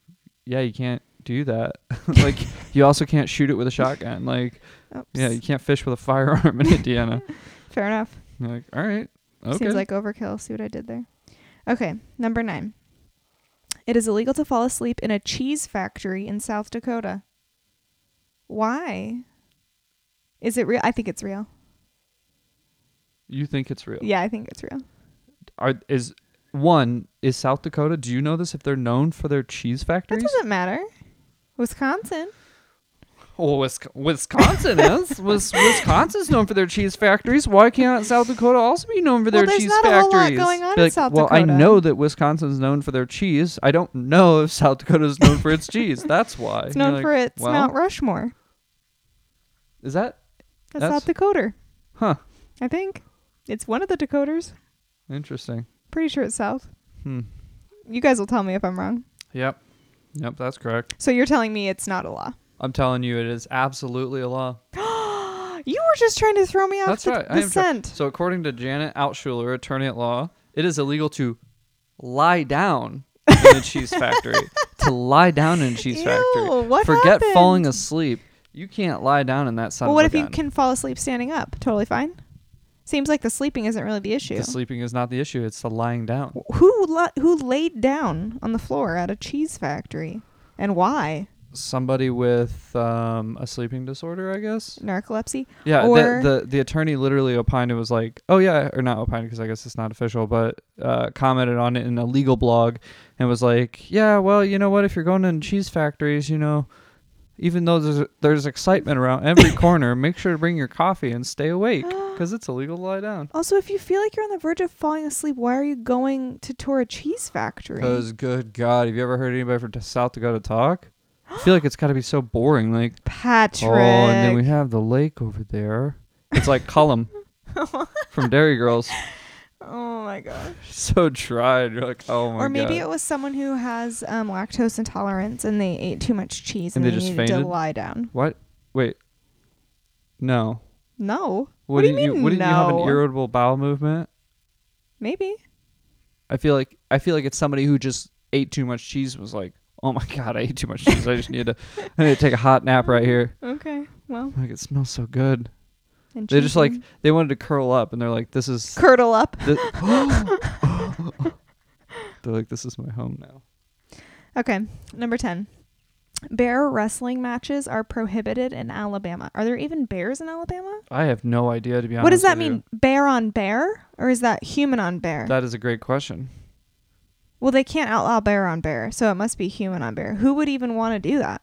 S2: yeah, you can't do that. (laughs) like, you also can't shoot it with a shotgun. Like,
S1: Oops.
S2: yeah, you can't fish with a firearm in
S1: (laughs)
S2: Indiana.
S1: Fair enough.
S2: You're like, all right, okay.
S1: Seems like overkill. See what I did there? Okay, number nine. It is illegal to fall asleep in a cheese factory in South Dakota. Why? Is it real? I think it's real.
S2: you think it's real?
S1: Yeah, I think it's real.
S2: Are is one is South Dakota? Do you know this? If they're known for their cheese
S1: That
S2: factories,
S1: doesn't matter. Wisconsin.
S2: well, Wisc- Wisconsin is. Wis- Wisconsin's known for their cheese factories. Why can't South Dakota also be known for
S1: Well,
S2: their
S1: there's
S2: cheese
S1: not a whole lot
S2: factories?
S1: going on
S2: Be
S1: in
S2: like,
S1: South
S2: well,
S1: Dakota."
S2: I know that Wisconsin's known for their cheese. I don't know if South Dakota's known for its cheese. That's why.
S1: It's
S2: And you're
S1: known
S2: like,
S1: for its
S2: well,
S1: Mount Rushmore.
S2: Is that
S1: That's,
S2: that's-
S1: South Dakota.
S2: huh?
S1: I think it's one of the Dakotas.
S2: Interesting.
S1: Pretty sure it's South.
S2: Hmm.
S1: You guys will tell me if I'm wrong.
S2: Yep. Yep. That's correct.
S1: So you're telling me it's not a law. (gasps)
S2: I'm telling you, it is absolutely a law.
S1: You were just trying to throw me off
S2: That's
S1: the,
S2: right. I
S1: the
S2: am try-
S1: scent.
S2: So, according to Janet Altshuler, attorney at law, it is illegal to lie down in a
S1: (laughs)
S2: cheese factory. To lie down in a cheese factory.
S1: Ew, what
S2: Forget
S1: happened?
S2: falling asleep. You can't lie down in that sun.
S1: Well, what if you can fall asleep standing up? Totally fine. Seems like the sleeping isn't really the issue.
S2: The sleeping is not the issue. It's the lying down.
S1: who la- who laid down on the floor at a cheese factory, and why?
S2: Somebody with um, a sleeping disorder, I guess.
S1: Narcolepsy.
S2: Yeah,
S1: Or-
S2: the, the the attorney literally opined it was like, oh yeah, or not opined because I guess it's not official, but uh, commented on it in a legal blog and was like, yeah, well, you know what, if you're going in cheese factories, you know, even though there's there's excitement around
S1: (laughs)
S2: every corner, make sure to bring your coffee and stay
S1: (gasps)
S2: awake because it's illegal to lie down.
S1: Also, if you feel like you're on the verge of falling asleep, why are you going to tour a cheese factory?
S2: Because good God, have you ever heard anybody from South Dakota talk? I feel like it's got to be so boring. Like,
S1: Patrick.
S2: oh, and then we have the lake over there. It's
S1: (laughs)
S2: like Cullum from Dairy Girls.
S1: oh my gosh.
S2: (laughs) so dry. and You're like, oh my god.
S1: or maybe it was someone who has um, lactose intolerance and they ate too much cheese and,
S2: And they just
S1: needed to
S2: fainted?
S1: lie down.
S2: what? Wait. No.
S1: No,
S2: What,
S1: do you mean,
S2: Wouldn't you have
S1: no?
S2: an irritable bowel movement?
S1: maybe.
S2: I feel like I feel like it's somebody who just ate too much cheese and was like, oh my god, I ate too much cheese. I just need to, I need to take a hot nap right here.
S1: Okay. Well,
S2: Like it smells so good.
S1: and
S2: They just like
S1: cheating.
S2: they wanted to curl up and they're like, this is.
S1: curdle up.
S2: thi-
S1: (laughs)
S2: (gasps) they're like, this is my home now.
S1: Okay, number 10. Bear wrestling matches are prohibited in Alabama. Are there even bears in Alabama?
S2: I have no idea to be honest.
S1: what does that
S2: with you.
S1: mean? Bear on bear? Or is that human on bear?
S2: That is a great question.
S1: well, they can't outlaw bear on bear, so it must be human on bear. Who would even want to do that?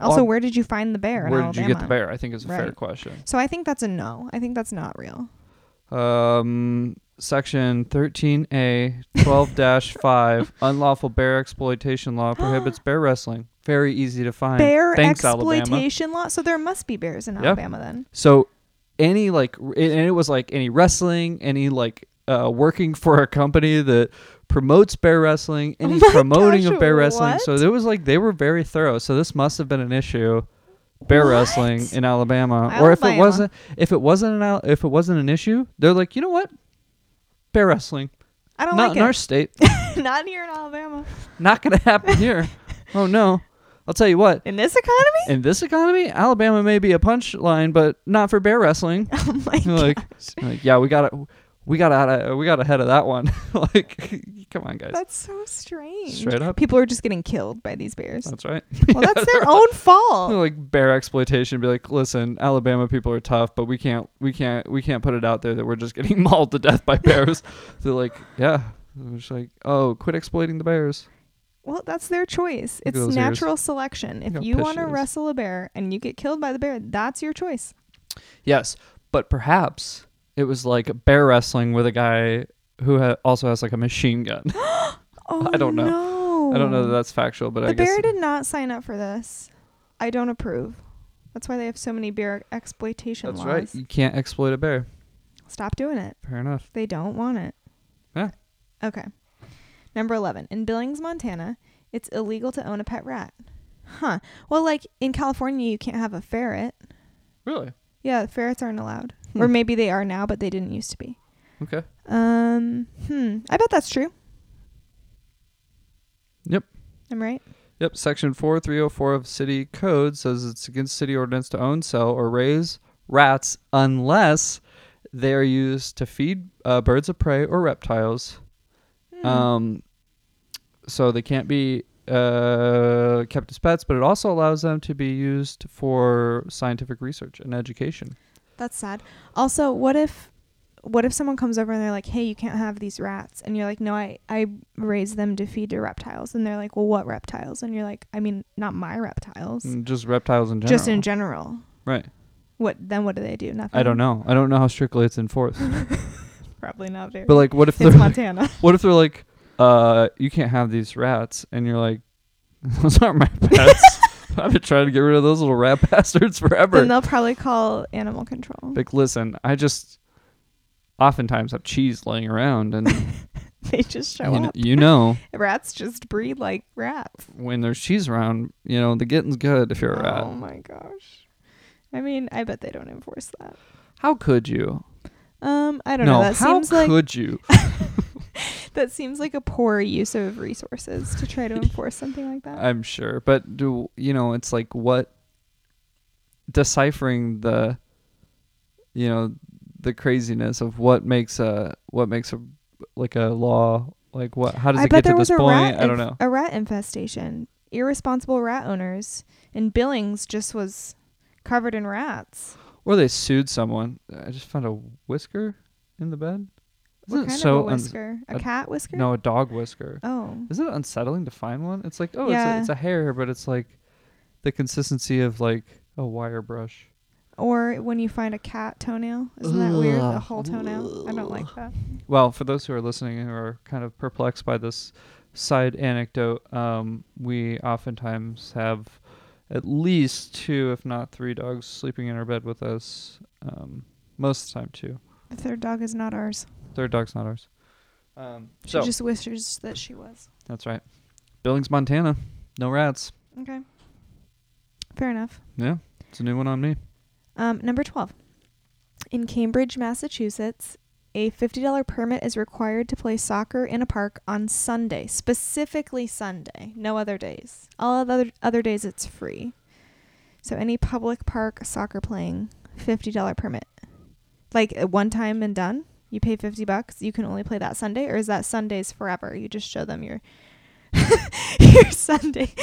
S1: Also,
S2: Well,
S1: where did you find the bear? in
S2: Where
S1: Alabama?
S2: did you get the bear? I think it's a fair
S1: Right.
S2: question.
S1: So I think that's a no. I think that's not real.
S2: Um, section 13A
S1: (laughs)
S2: 12 5 unlawful bear
S1: (gasps)
S2: exploitation law prohibits bear wrestling. Very easy to find.
S1: Bear
S2: Thanks, Alabama.
S1: exploitation law. So there must be bears in
S2: Yeah.
S1: Alabama then.
S2: So, any like, r- and it was like any wrestling, any like uh, working for a company that promotes
S1: (laughs)
S2: bear wrestling and
S1: Oh
S2: he's
S1: my
S2: promoting
S1: gosh,
S2: of bear wrestling.
S1: what?
S2: So it was like they were very thorough. So this must have been an issue. Bear
S1: What?
S2: wrestling in Alabama, or if it
S1: Alabama.
S2: wasn't, if it wasn't an al- if it wasn't an issue, they're like, you know what, bear wrestling,
S1: I don't
S2: not
S1: like
S2: in
S1: it.
S2: our state,
S1: (laughs) Not here in Alabama. (laughs)
S2: not gonna happen here. oh no, I'll tell you what,
S1: In this economy? (laughs)
S2: in this economy, Alabama may be a punchline, but not for bear wrestling.
S1: (laughs) Oh my
S2: (laughs)
S1: god.
S2: like, like, yeah, we got to We got out of, we got ahead of that one. (laughs) like, come on, guys.
S1: That's so strange.
S2: Straight up.
S1: People are just getting killed by these
S2: (laughs)
S1: bears. (laughs)
S2: That's right.
S1: Well, that's their own
S2: (laughs)
S1: fault.
S2: like bear exploitation. Be like, listen, Alabama people are tough, but we can't, we can't, we can't put it out there that we're just getting (laughs) mauled to death by
S1: (laughs)
S2: bears. They're like, yeah. They're just like, oh, quit exploiting the bears.
S1: Well, that's their choice.
S2: at
S1: It's
S2: those ears.
S1: natural selection. If
S2: Look how
S1: you want to
S2: pissy it is.
S1: wrestle a bear and you get killed by the bear, that's your choice.
S2: Yes, but perhaps it was like bear wrestling with a guy who ha- also has like a machine gun. (laughs)
S1: Oh,
S2: I don't know.
S1: No.
S2: I don't know that that's factual, but
S1: the
S2: I guess
S1: bear did not sign up for this. I don't approve. That's why they have so many bear exploitation
S2: that's
S1: laws.
S2: right. You can't exploit a bear.
S1: Stop doing it.
S2: Fair enough.
S1: They don't want it.
S2: Yeah.
S1: Okay. Number 11. In Billings, Montana, it's illegal to own a pet rat. Huh. Well, like in California, you can't have a ferret.
S2: Really?
S1: Yeah, ferrets aren't allowed.
S2: Hmm.
S1: Or maybe they are now, but they didn't used to be.
S2: Okay.
S1: Um, hmm. I bet that's true.
S2: Yep.
S1: I'm right.
S2: Yep, section 4304 of city code says it's against city ordinance to own, sell, or raise rats unless they are used to feed uh, birds of prey or reptiles.
S1: Hmm.
S2: Um, so they can't be uh, kept as pets, but it also allows them to be used for scientific research and education.
S1: That's sad. Also, what if what if someone comes over and they're like, "Hey, you can't have these rats." And you're like, "No, I I raise them to feed to reptiles." And they're like, "Well, what reptiles?" And you're like, "I mean, not my reptiles.
S2: And just reptiles in general.
S1: Just in general."
S2: Right.
S1: What then what do they do? Nothing.
S2: I don't know. I don't know how strictly it's
S1: (laughs)
S2: enforced.
S1: Probably not very.
S2: but like what if
S1: (laughs)
S2: they're
S1: it's
S2: like,
S1: Montana.
S2: (laughs) What if they're like, uh, you can't have these rats, and you're like, (laughs) those
S1: (laughs)
S2: aren't my pets. (laughs) I've been trying to get rid of those little rat (laughs) bastards forever.
S1: then they'll probably call animal control.
S2: like, listen, I just oftentimes have cheese laying
S1: (laughs)
S2: around, and you,
S1: (laughs) they just show
S2: kn-
S1: up.
S2: you know
S1: Rats just breed like rats.
S2: when there's cheese around, you know the getting's good if you're a
S1: Oh
S2: rat.
S1: my gosh. I mean, I bet they don't enforce that.
S2: How could you?
S1: Um, I don't
S2: no,
S1: know. That
S2: how
S1: seems like
S2: could you?
S1: That seems like a poor use of resources to
S2: (laughs)
S1: try to enforce something like that.
S2: I'm sure, but do you know? It's like what deciphering the, you know, the craziness of what makes a what makes a like a law like what? How does
S1: I
S2: it
S1: bet
S2: get
S1: there
S2: to
S1: was
S2: this
S1: a
S2: point?
S1: rat.
S2: I
S1: inf-
S2: don't know.
S1: A rat infestation. Irresponsible rat owners in Billings just was covered in rats.
S2: Or they sued someone. I just found a whisker in the bed.
S1: What
S2: Isn't it
S1: kind
S2: so
S1: of a
S2: uns-
S1: whisker? a,
S2: a-
S1: cat whisker?
S2: no a dog whisker?
S1: Oh.
S2: Isn't it unsettling to find one? It's like oh,
S1: Yeah.
S2: it's, a, it's a hair, but it's like the consistency of like a wire brush.
S1: Or when you find a cat toenail. Isn't that weird? A
S2: Ugh.
S1: whole toenail. I don't like that.
S2: Well, for those who are listening and who are kind of perplexed by this side anecdote, um, we oftentimes have at least two, if not three, dogs sleeping in our bed with us. Um, most of the time, two.
S1: The third dog is not ours.
S2: Third dog's not ours. Um,
S1: She
S2: so
S1: just wishes that she was.
S2: that's right. Billings, Montana, no rats.
S1: Okay. Fair enough.
S2: Yeah, it's a new one on me. (laughs)
S1: Um, number 12. In Cambridge, Massachusetts, a $50 permit is required to play soccer in a park on Sunday, specifically Sunday, no other days. All other other days it's free. So any public park soccer playing, $50 permit. Like uh, one time and done. You pay 50 bucks, you can only play that Sunday or is that Sundays forever? You just show them your (laughs) your Sunday. (laughs)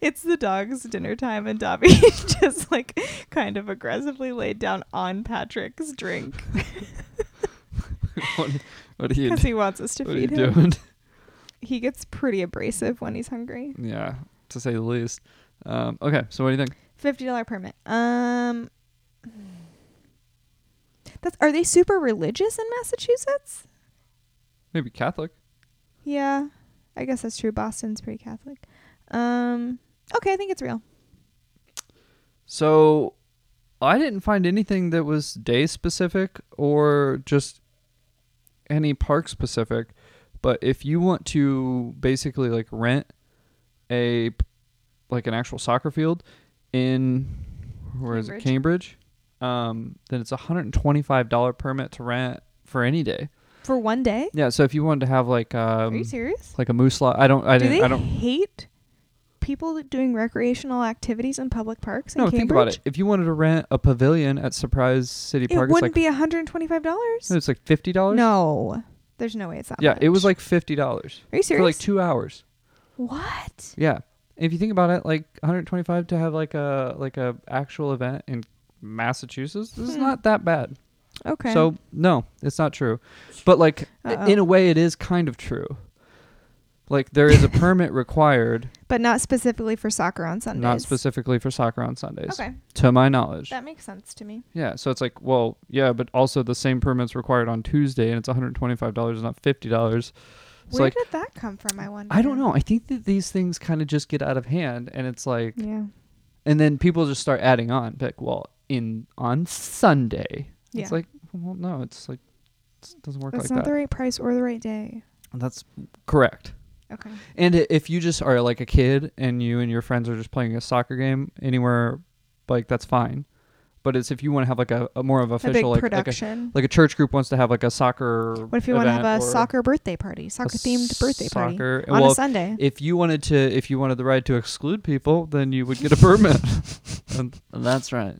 S1: it's the dog's dinner time and Dobby (laughs) just like kind of aggressively laid down on Patrick's drink
S2: what,
S1: (laughs)
S2: what are (laughs) you?
S1: because he wants us to
S2: What are you
S1: feed him.
S2: doing?
S1: (laughs) He gets pretty abrasive when he's hungry.
S2: yeah, to say the least. Um, okay, so what do you think?
S1: Fifty dollar permit. Um, (sighs) that's are they super religious in Massachusetts?
S2: Maybe Catholic.
S1: Yeah, I guess that's true. Boston's pretty Catholic. Um, okay, I think it's real.
S2: So I didn't find anything that was day specific or just any park specific, but if you want to basically like rent a like an actual soccer field in where is it Cambridge, um, then it's a hundred and twenty five dollar permit to rent for any day.
S1: for one day.
S2: Yeah, so if you wanted to have like um,
S1: Are you serious?
S2: like a moose lot, I don't, I
S1: Do
S2: didn't,
S1: they
S2: I don't.
S1: hate people that doing recreational activities in public parks? In
S2: No,
S1: Cambridge?
S2: think about it. If you wanted to rent a pavilion at Surprise City
S1: It
S2: Park, it's
S1: wouldn't
S2: like
S1: be one hundred and twenty-five dollars.
S2: it's like fifty dollars.
S1: No, there's no way it's that.
S2: yeah, it was
S1: much.
S2: like fifty dollars
S1: Are you
S2: for
S1: serious?
S2: like two hours.
S1: what?
S2: Yeah, if you think about it, like 125 to have like a like a actual event in Massachusetts, this is
S1: Hmm.
S2: not that bad.
S1: Okay.
S2: So no, it's not true, but like
S1: Uh-oh.
S2: in a way, it is kind of true. Like there
S1: (laughs)
S2: is a permit required,
S1: but not specifically for soccer on Sundays.
S2: not specifically for soccer on Sundays,
S1: Okay,
S2: to my knowledge.
S1: that makes sense to me.
S2: Yeah, so it's like, well, yeah, but also the same permit's required on Tuesday, and it's one hundred twenty-five dollars, not fifty dollars. It's
S1: Where
S2: like
S1: did that come from? I wonder.
S2: I don't know. I think that these things kind of just get out of hand, and it's like,
S1: Yeah.
S2: and then people just start adding on, like, well, in on Sunday,
S1: Yeah.
S2: it's like, well, no, it's like, it doesn't work
S1: That's
S2: like
S1: not
S2: that.
S1: the right price or the right day.
S2: That's correct.
S1: Okay.
S2: And i- if you just are like a kid and you and your friends are just playing a soccer game anywhere, like that's fine. But it's if you want to have like a, a more of
S1: a big
S2: official like, like a
S1: production.
S2: like a church group wants to have like a soccer.
S1: what if you want to have
S2: event
S1: a
S2: or
S1: soccer birthday party,
S2: a
S1: soccer themed birthday party
S2: soccer-
S1: on
S2: well,
S1: a Sunday?
S2: if you wanted to, if you wanted the ride to exclude people, then you would get a permit. (laughs) and, and that's right.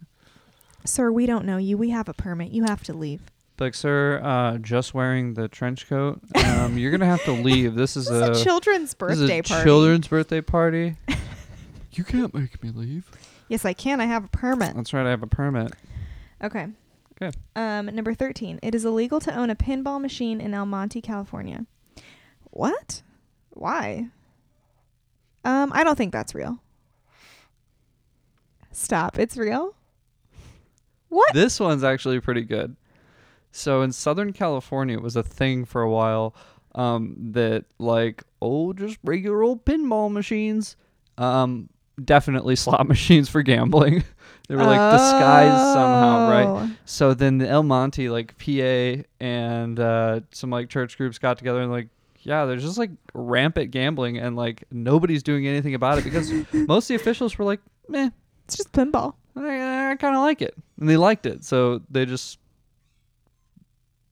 S1: Sir, we don't know you. We have a permit. You have to leave.
S2: Like, sir, uh, just wearing the trench coat. Um, you're gonna have to leave. This is
S1: (laughs) This is a,
S2: a,
S1: children's
S2: this
S1: birthday
S2: is a
S1: party.
S2: children's
S1: (laughs)
S2: birthday party. you can't make me leave.
S1: Yes, I can. I have a permit.
S2: That's right. I have a permit.
S1: Okay.
S2: Okay.
S1: Um, number 13. It is illegal to own a pinball machine in El Monte, California. What? Why? Um, I don't think that's real. Stop. It's real? (laughs) What?
S2: This one's actually pretty good. So in Southern California, it was a thing for a while um, that like old, just regular old pinball machines, um, definitely (laughs) slot machines for gambling. (laughs) they were like disguised somehow, right?
S1: Oh.
S2: So then the El Monte, like PA and uh, some like church groups got together and like, yeah, there's just like rampant gambling and like nobody's doing anything about it because most of the officials were like, meh,
S1: It's just pinball.
S2: I, I kind of like it, and they liked it, so they just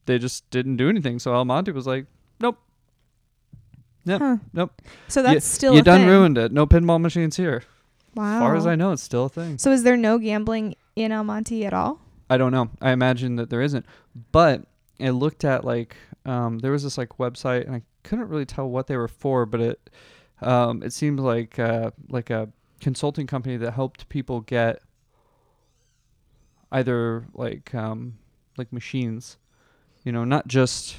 S2: they just didn't do anything. So El Monte was like, "Nope, Yep,
S1: Huh.
S2: nope.
S1: So that's still
S2: you
S1: a
S2: done
S1: thing.
S2: ruined it. No pinball machines here.
S1: Wow.
S2: As far as I know, it's still a thing.
S1: So is there no gambling in El Monte at all?
S2: I don't know. I imagine that there isn't, but I looked at like um, there was this like website, and I couldn't really tell what they were for, but it um, it seemed like uh, like a consulting company that helped people get either like um, like machines, you know, not just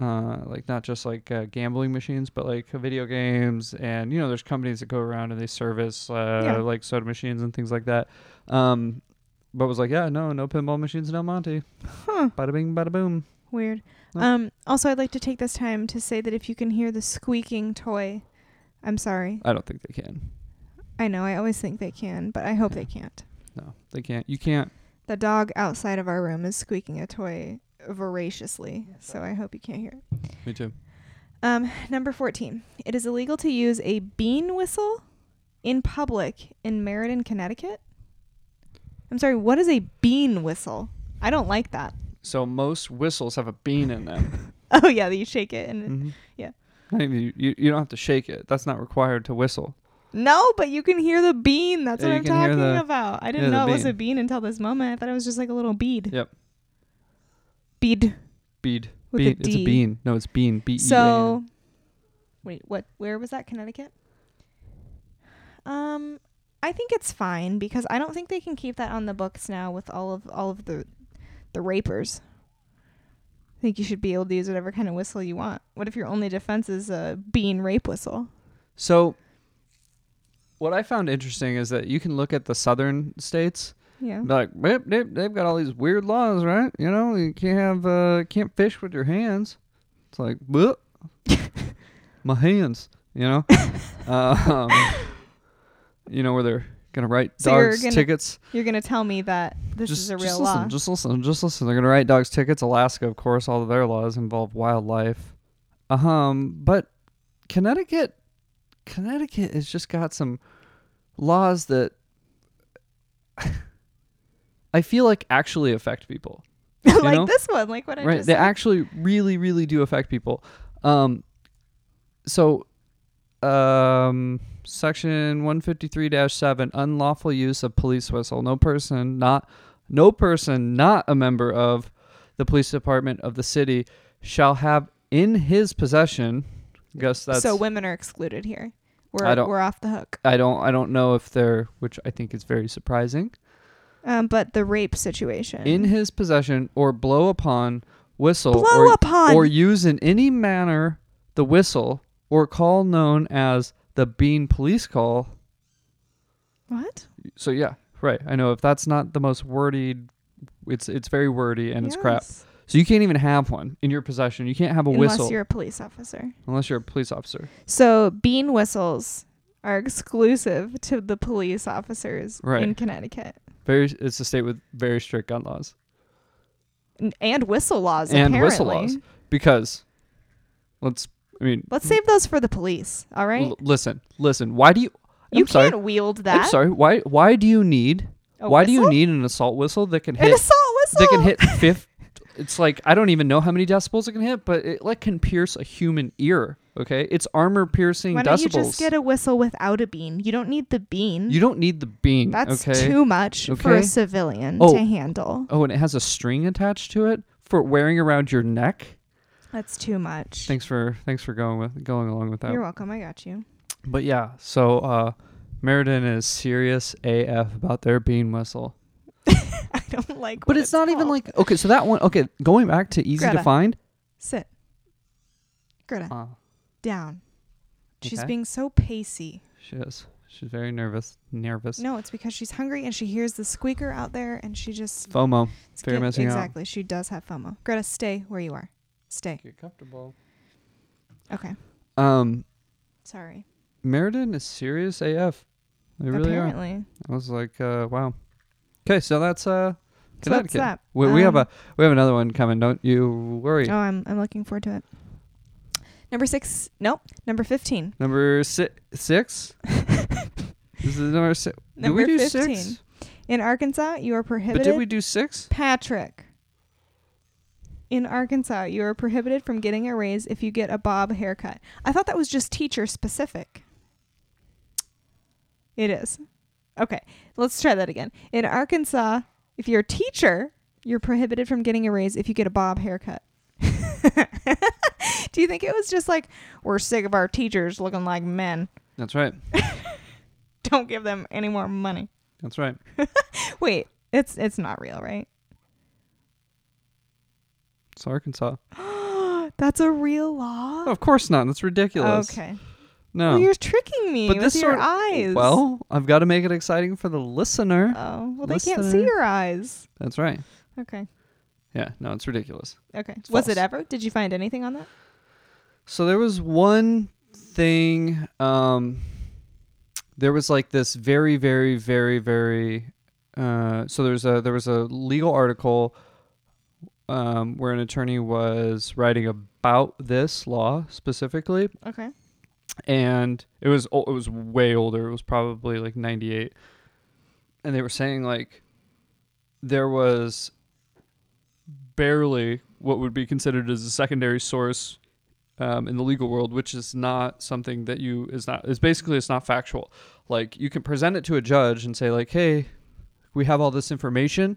S2: uh, like not just like uh, gambling machines, but like video games, and you know, there's companies that go around and they service uh,
S1: Yeah.
S2: like soda machines and things like that. Um, but was like, yeah, no, no pinball machines in El Monte.
S1: Huh.
S2: Bada bing, bada boom.
S1: Weird.
S2: No.
S1: Um, also, I'd like to take this time to say that if you can hear the squeaking toy, I'm sorry.
S2: I don't think they can.
S1: I know. I always think they can, but I hope they can't.
S2: No, they can't. You can't.
S1: The dog outside of our room is squeaking a toy voraciously, so I hope you can't hear it.
S2: Me too.
S1: Um, number 14. It is illegal to use a bean whistle in public in Meriden, Connecticut. I'm sorry, what is a bean whistle? I don't like that. (laughs)
S2: So most whistles have a bean in them.
S1: Oh, yeah, you shake it and.
S2: Mhm.
S1: Yeah.
S2: Not even, you, you don't have to shake it. That's not required to whistle.
S1: No, but you can hear the bean. That's
S2: Yeah,
S1: what
S2: you
S1: I'm
S2: can hear
S1: talking
S2: the-
S1: about. I
S2: yeah,
S1: didn't
S2: the
S1: know it was a
S2: bean.
S1: bean until this moment. I thought it was just like a little bead.
S2: Yep.
S1: Bead.
S2: Bead.
S1: With a
S2: bead. It's a
S1: D.
S2: bean. No, it's bean. B E A N.
S1: So, wait, what? Where was that? Connecticut. Um, I think it's fine because I don't think they can keep that on the books now with all of all of the the rapers. I think you should be able to use whatever kind of whistle you want. What if your only defense is a bean rape whistle?
S2: So, what I found interesting is that you can look at the southern states,
S1: Yeah.
S2: and be like, "Yep, they, they've got all these weird laws, right? You know, you can't have, uh, can't fish with your hands. It's like,
S1: (laughs)
S2: "What? my hands, Uh, you know, um, you know where they're gonna write
S1: So you're
S2: dogs
S1: gonna-
S2: tickets.
S1: You're gonna tell me that this
S2: just,
S1: is a real
S2: just
S1: law.
S2: listen, just listen, just listen. They're gonna write dogs tickets. Alaska, of course, all of their laws involve wildlife. Um, but Connecticut, Connecticut has just got some laws that (sighs) I feel like actually affect people.
S1: (laughs)
S2: you
S1: like
S2: know?
S1: this one, like what I
S2: right
S1: just
S2: they
S1: said.
S2: actually really really do affect people um so um section 153-7 unlawful use of police whistle no person not no person not a member of the police department of the city shall have in his possession guess that's
S1: so women are excluded here.
S2: I
S1: We're
S2: don't-
S1: we're off the hook.
S2: i don't i don't know if they're which i think is very surprising
S1: Um, but the rape situation
S2: in his possession or blow upon whistle
S1: blow
S2: or
S1: upon
S2: or use in any manner the whistle or call known as the bean police call.
S1: what?
S2: So yeah, right. I know if that's not the most wordy, it's it's very wordy and it's crap.
S1: Yes.
S2: So you can't even have one in your possession. You can't have a
S1: Unless
S2: whistle
S1: you're a police officer.
S2: unless you're a police officer.
S1: So bean whistles are exclusive to the police officers
S2: Right.
S1: in Connecticut.
S2: Very, it's a state with very strict gun laws
S1: N- And whistle laws
S2: and
S1: apparently.
S2: whistle laws because let's. I mean,
S1: Let's save those for the police, all right?
S2: l- listen, listen. Why do you? I'm
S1: you
S2: sorry.
S1: can't wield that.
S2: I'm sorry. Why? Why do you need?
S1: A
S2: why do you
S1: whistle?
S2: need an assault whistle that can
S1: an
S2: hit
S1: assault whistle?
S2: they can hit fifth. It's like I don't even know how many decibels it can hit, but it like can pierce a human ear. Okay, it's armor piercing
S1: Why don't
S2: decibels.
S1: you just get a whistle without a bean? You don't need the bean.
S2: You don't need the bean.
S1: That's
S2: okay.
S1: too much for a
S2: Okay.
S1: civilian
S2: Oh.
S1: to handle.
S2: Oh, and it has a string attached to it for wearing around your neck.
S1: That's too much.
S2: Thanks for thanks for going with going along with that.
S1: You're welcome. I got you. (laughs)
S2: But yeah, so uh, Meriden is serious AF about their bean whistle.
S1: I don't like.
S2: But
S1: what
S2: it's, not even
S1: called.
S2: like okay, so that one okay, going back to easy
S1: Greta.
S2: to find.
S1: sit. Greta,
S2: Uh,
S1: down. She's
S2: okay.
S1: being so pacey.
S2: she is. She's very nervous. Nervous.
S1: No, it's because she's hungry and she hears the squeaker out there, and she just
S2: FOMO.
S1: it's
S2: fear of missing out.
S1: exactly. She does have FOMO. Greta, stay where you are. Stay.
S2: Get comfortable.
S1: Okay.
S2: Um,
S1: Sorry.
S2: Meriden is serious AF. They really are.
S1: Apparently.
S2: I was like, uh, wow. Okay, so that's uh,
S1: So that's
S2: Connecticut.
S1: that.
S2: We, we have
S1: Um,
S2: a we have another one coming. Don't you worry.
S1: Oh, I'm I'm looking forward to it. Number six. Nope. Number fifteen.
S2: Number si-
S1: (laughs)
S2: six. this is number six. Did
S1: Number
S2: we do
S1: 15.
S2: six?
S1: In Arkansas, you are prohibited.
S2: But did we do six?
S1: Patrick. In Arkansas, you are prohibited from getting a raise if you get a bob haircut. I thought that was just teacher specific. It is. Okay, let's try that again. In Arkansas, if you're a teacher, you're prohibited from getting a raise if you get a bob haircut. (laughs) Do you think it was just like, we're sick of our teachers looking like men?
S2: That's right.
S1: Don't give them any more money.
S2: That's right.
S1: Wait, it's it's not real, right?
S2: It's Arkansas.
S1: (gasps) That's a real law.
S2: of course not. That's Oh, ridiculous.
S1: Oh. Okay.
S2: No.
S1: Well, you're tricking me
S2: But
S1: with
S2: this
S1: your
S2: sort- oh,
S1: eyes.
S2: Well, I've got to make it exciting for the listener.
S1: oh well, they can't see
S2: listener.
S1: your eyes.
S2: That's right.
S1: Okay.
S2: Yeah. No, it's ridiculous.
S1: Okay.
S2: It's
S1: Was
S2: false.
S1: it ever? Did you find anything on that?
S2: So there was one thing. Um, there was like this very, very, very, very. Uh, so there's a there was a legal article um, where an attorney was writing about this law specifically,
S1: Okay.
S2: and it was ol- it was way older. It was probably like '98, and they were saying like there was barely what would be considered as a secondary source um, in the legal world, which is not something that you is not is basically it's not factual. Like you can present it to a judge and say like, hey, we have all this information,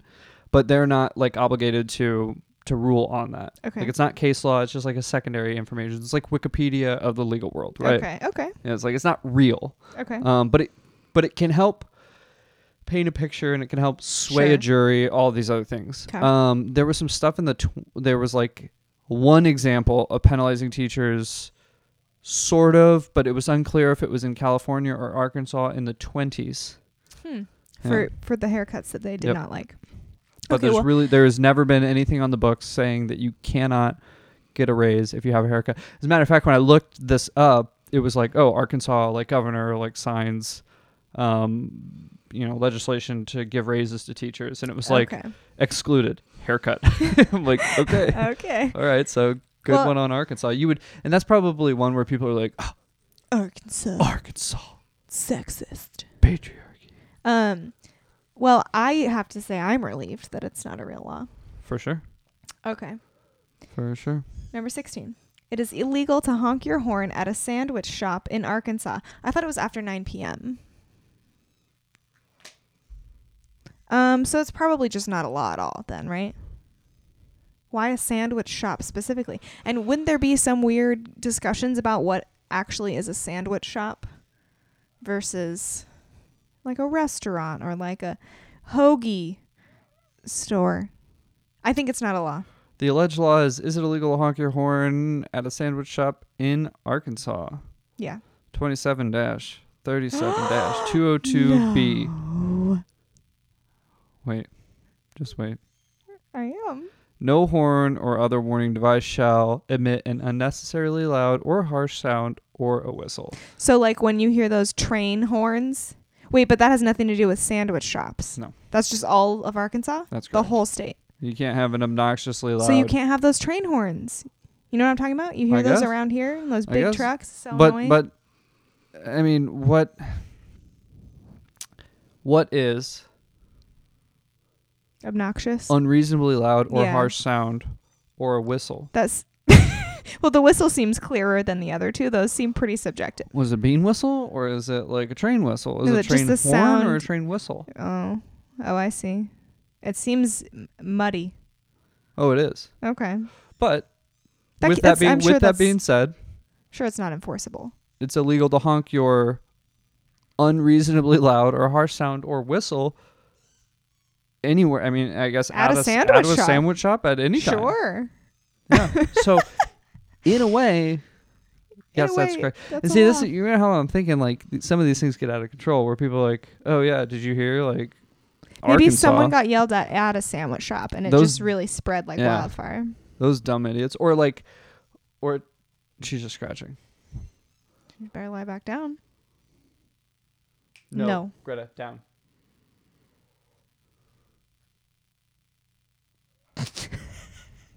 S2: but they're not like obligated to to rule on that.
S1: Okay.
S2: Like it's not case law, it's just like a secondary information. It's like Wikipedia of the legal world, right?
S1: Okay. Okay.
S2: And it's like it's not real.
S1: Okay.
S2: Um, but it but it can help paint a picture and it can help sway
S1: Sure.
S2: a jury, all these other things.
S1: 'Kay.
S2: Um, there was some stuff in the tw- there was like one example of penalizing teachers sort of, but it was unclear if it was in California or Arkansas in the 20s.
S1: hmm.
S2: yeah.
S1: For for the haircuts that they did
S2: Yep.
S1: not like.
S2: But
S1: okay.
S2: there's
S1: Well,
S2: really there has never been anything on the books saying that you cannot get a raise if you have a haircut. As a matter of fact, when I looked this up, it was like, oh, Arkansas like governor like signs um you know legislation to give raises to teachers, and it was like
S1: okay.
S2: excluded haircut. (laughs)
S1: (laughs)
S2: I'm like okay,
S1: okay.
S2: all right, so good
S1: Well-
S2: one on Arkansas. You would, and that's probably one where people are like "Ah,
S1: Arkansas
S2: Arkansas
S1: sexist.
S2: patriarchy.
S1: Um, well, I have to say I'm relieved that it's not a real law.
S2: For sure,
S1: Okay.
S2: for sure.
S1: Number 16. It is illegal to honk your horn at a sandwich shop in Arkansas. I thought it was after 9 p.m. Um, so it's probably just not a law at all, then, right? Why a sandwich shop specifically? And wouldn't there be some weird discussions about what actually is a sandwich shop versus like a restaurant or like a hoagie store? I think it's not a law.
S2: The alleged law is: Is it illegal to honk your horn at a sandwich shop in Arkansas?
S1: Yeah.
S2: 27 dash 37
S1: (gasps)
S2: dash 202B. Wait, just wait.
S1: I am.
S2: No horn or other warning device shall emit an unnecessarily loud or harsh sound or a whistle.
S1: So like when you hear those train horns. Wait, but that has nothing to do with sandwich shops.
S2: No.
S1: That's just all of Arkansas?
S2: That's
S1: The
S2: correct.
S1: whole state.
S2: you can't have an obnoxiously loud.
S1: So you can't have those train horns. You know what I'm talking about? You hear
S2: I
S1: those
S2: guess.
S1: around here in those
S2: I
S1: big
S2: guess.
S1: trucks. So
S2: but
S1: annoying.
S2: but I mean, what what is
S1: obnoxious.
S2: unreasonably loud or
S1: Yeah.
S2: harsh sound or a whistle?
S1: That's (laughs) Well, the whistle seems clearer than the other two. Those seem pretty subjective.
S2: Was it a bean whistle or is it like a train whistle? Is,
S1: Is
S2: it a
S1: it
S2: train
S1: just
S2: horn
S1: the
S2: or a
S1: sound?
S2: train whistle?
S1: Oh. Oh, I see. It seems m- muddy.
S2: Oh, it is.
S1: Okay.
S2: But
S1: That
S2: with
S1: c- that's-
S2: that being
S1: I'm
S2: with
S1: sure
S2: that
S1: that's-
S2: being said,
S1: Sure it's not enforceable.
S2: it's illegal to honk your unreasonably loud or harsh sound or whistle anywhere. I mean, I guess
S1: At a
S2: s-
S1: sandwich
S2: out of a
S1: shop.
S2: sandwich shop at any time.
S1: Sure.
S2: Yeah. (laughs) So, in
S1: (laughs)
S2: a way,
S1: In a
S2: yes, that's
S1: way,
S2: correct.
S1: That's a
S2: And see, this
S1: law.
S2: is, you know how I'm thinking. Like th- some of these things get out of control, where people are like, "Oh yeah, did you hear like
S1: Maybe
S2: Arkansas,
S1: someone got yelled at at a sandwich shop and it
S2: Those-
S1: just really spread like
S2: yeah.
S1: wildfire.
S2: those dumb idiots," or like, or she's just scratching.
S1: You better lie back down. No.
S2: Greta, down.
S1: (laughs)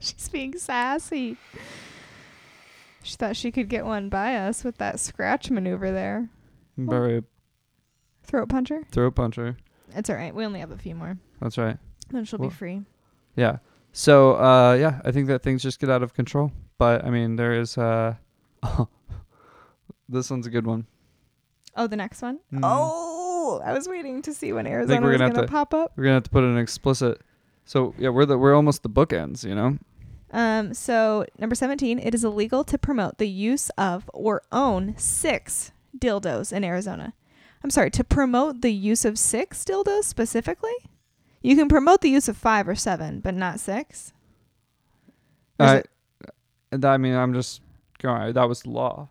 S1: She's being sassy. She thought she could get one by us with that scratch maneuver there. Hmm.
S2: Very
S1: Throat puncher?
S2: throw puncher.
S1: It's all right. We only have a few more.
S2: That's right.
S1: Then she'll
S2: Well-
S1: be free.
S2: Yeah. So uh, yeah, I think that things just get out of control. But I mean, there is. Uh, (laughs) this one's a good one.
S1: Oh, the next one?
S2: Mhm.
S1: Oh, I was waiting to see when
S2: think
S1: Arizona
S2: we're
S1: was
S2: gonna
S1: going
S2: have
S1: to
S2: to-
S1: pop up.
S2: We're gonna have to put an explicit. So yeah, we're the we're almost the bookends, you know.
S1: Um, so, number 17, it is illegal to promote the use of or own six dildos in Arizona. I'm sorry, to promote the use of six dildos specifically? You can promote the use of five or seven, but not six. Or is
S2: I,
S1: it-
S2: I mean, I'm just going. That was the law.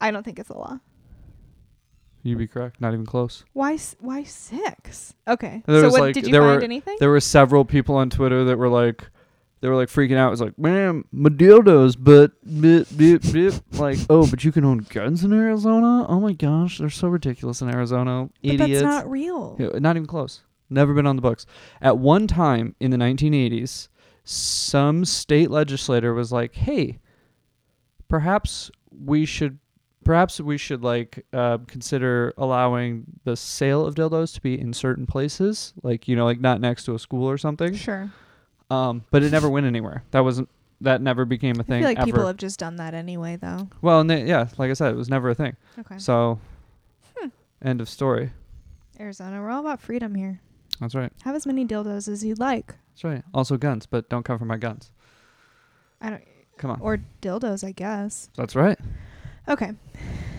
S1: I don't think it's a law.
S2: You'd be correct. Not even close.
S1: Why? s- Why six? Okay.
S2: There
S1: so
S2: was,
S1: what
S2: like-
S1: did you
S2: there
S1: find
S2: were-
S1: anything?
S2: There were several people on Twitter that were like, they were like freaking out. It was like, man, my dildos, but bit, bit, bit. like, oh, but you can own guns in Arizona. Oh my gosh, they're so ridiculous in Arizona.
S1: but that's
S2: Idiots.
S1: not real.
S2: Yeah, not even close. Never been on the books. At one time in the 1980s, some state legislator was like, "Hey, perhaps we should, perhaps we should like uh, consider allowing the sale of dildos to be in certain places, like you know, like not next to a school or something."
S1: Sure.
S2: Um, but it never went anywhere. That wasn't. That never became a
S1: I
S2: thing
S1: feel like
S2: ever.
S1: people have just done that anyway, though.
S2: well, and they, yeah, like I said, it was never a thing.
S1: Okay.
S2: So,
S1: Hmm.
S2: end of story.
S1: Arizona, we're all about freedom here.
S2: That's right.
S1: Have as many dildos as you'd like.
S2: That's right. Also guns, but don't come for my guns.
S1: I don't.
S2: Come on.
S1: Or dildos, I guess.
S2: That's right.
S1: Okay.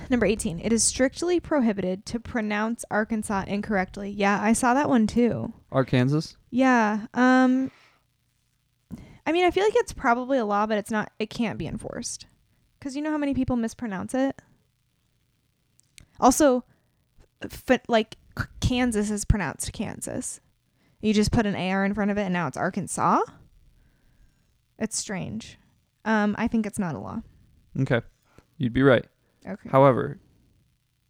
S1: Number 18. It is strictly prohibited to pronounce Arkansas incorrectly. Yeah, I saw that one too.
S2: Arkansas.
S1: Yeah. Um I mean, I feel like it's probably a law, but it's not it can't be enforced. Cuz you know how many people mispronounce it? Also f- like K- Kansas is pronounced Kansas. You just put an AR in front of it and now it's Arkansas? It's strange. Um I think it's not a law.
S2: Okay. You'd be right.
S1: Okay.
S2: However,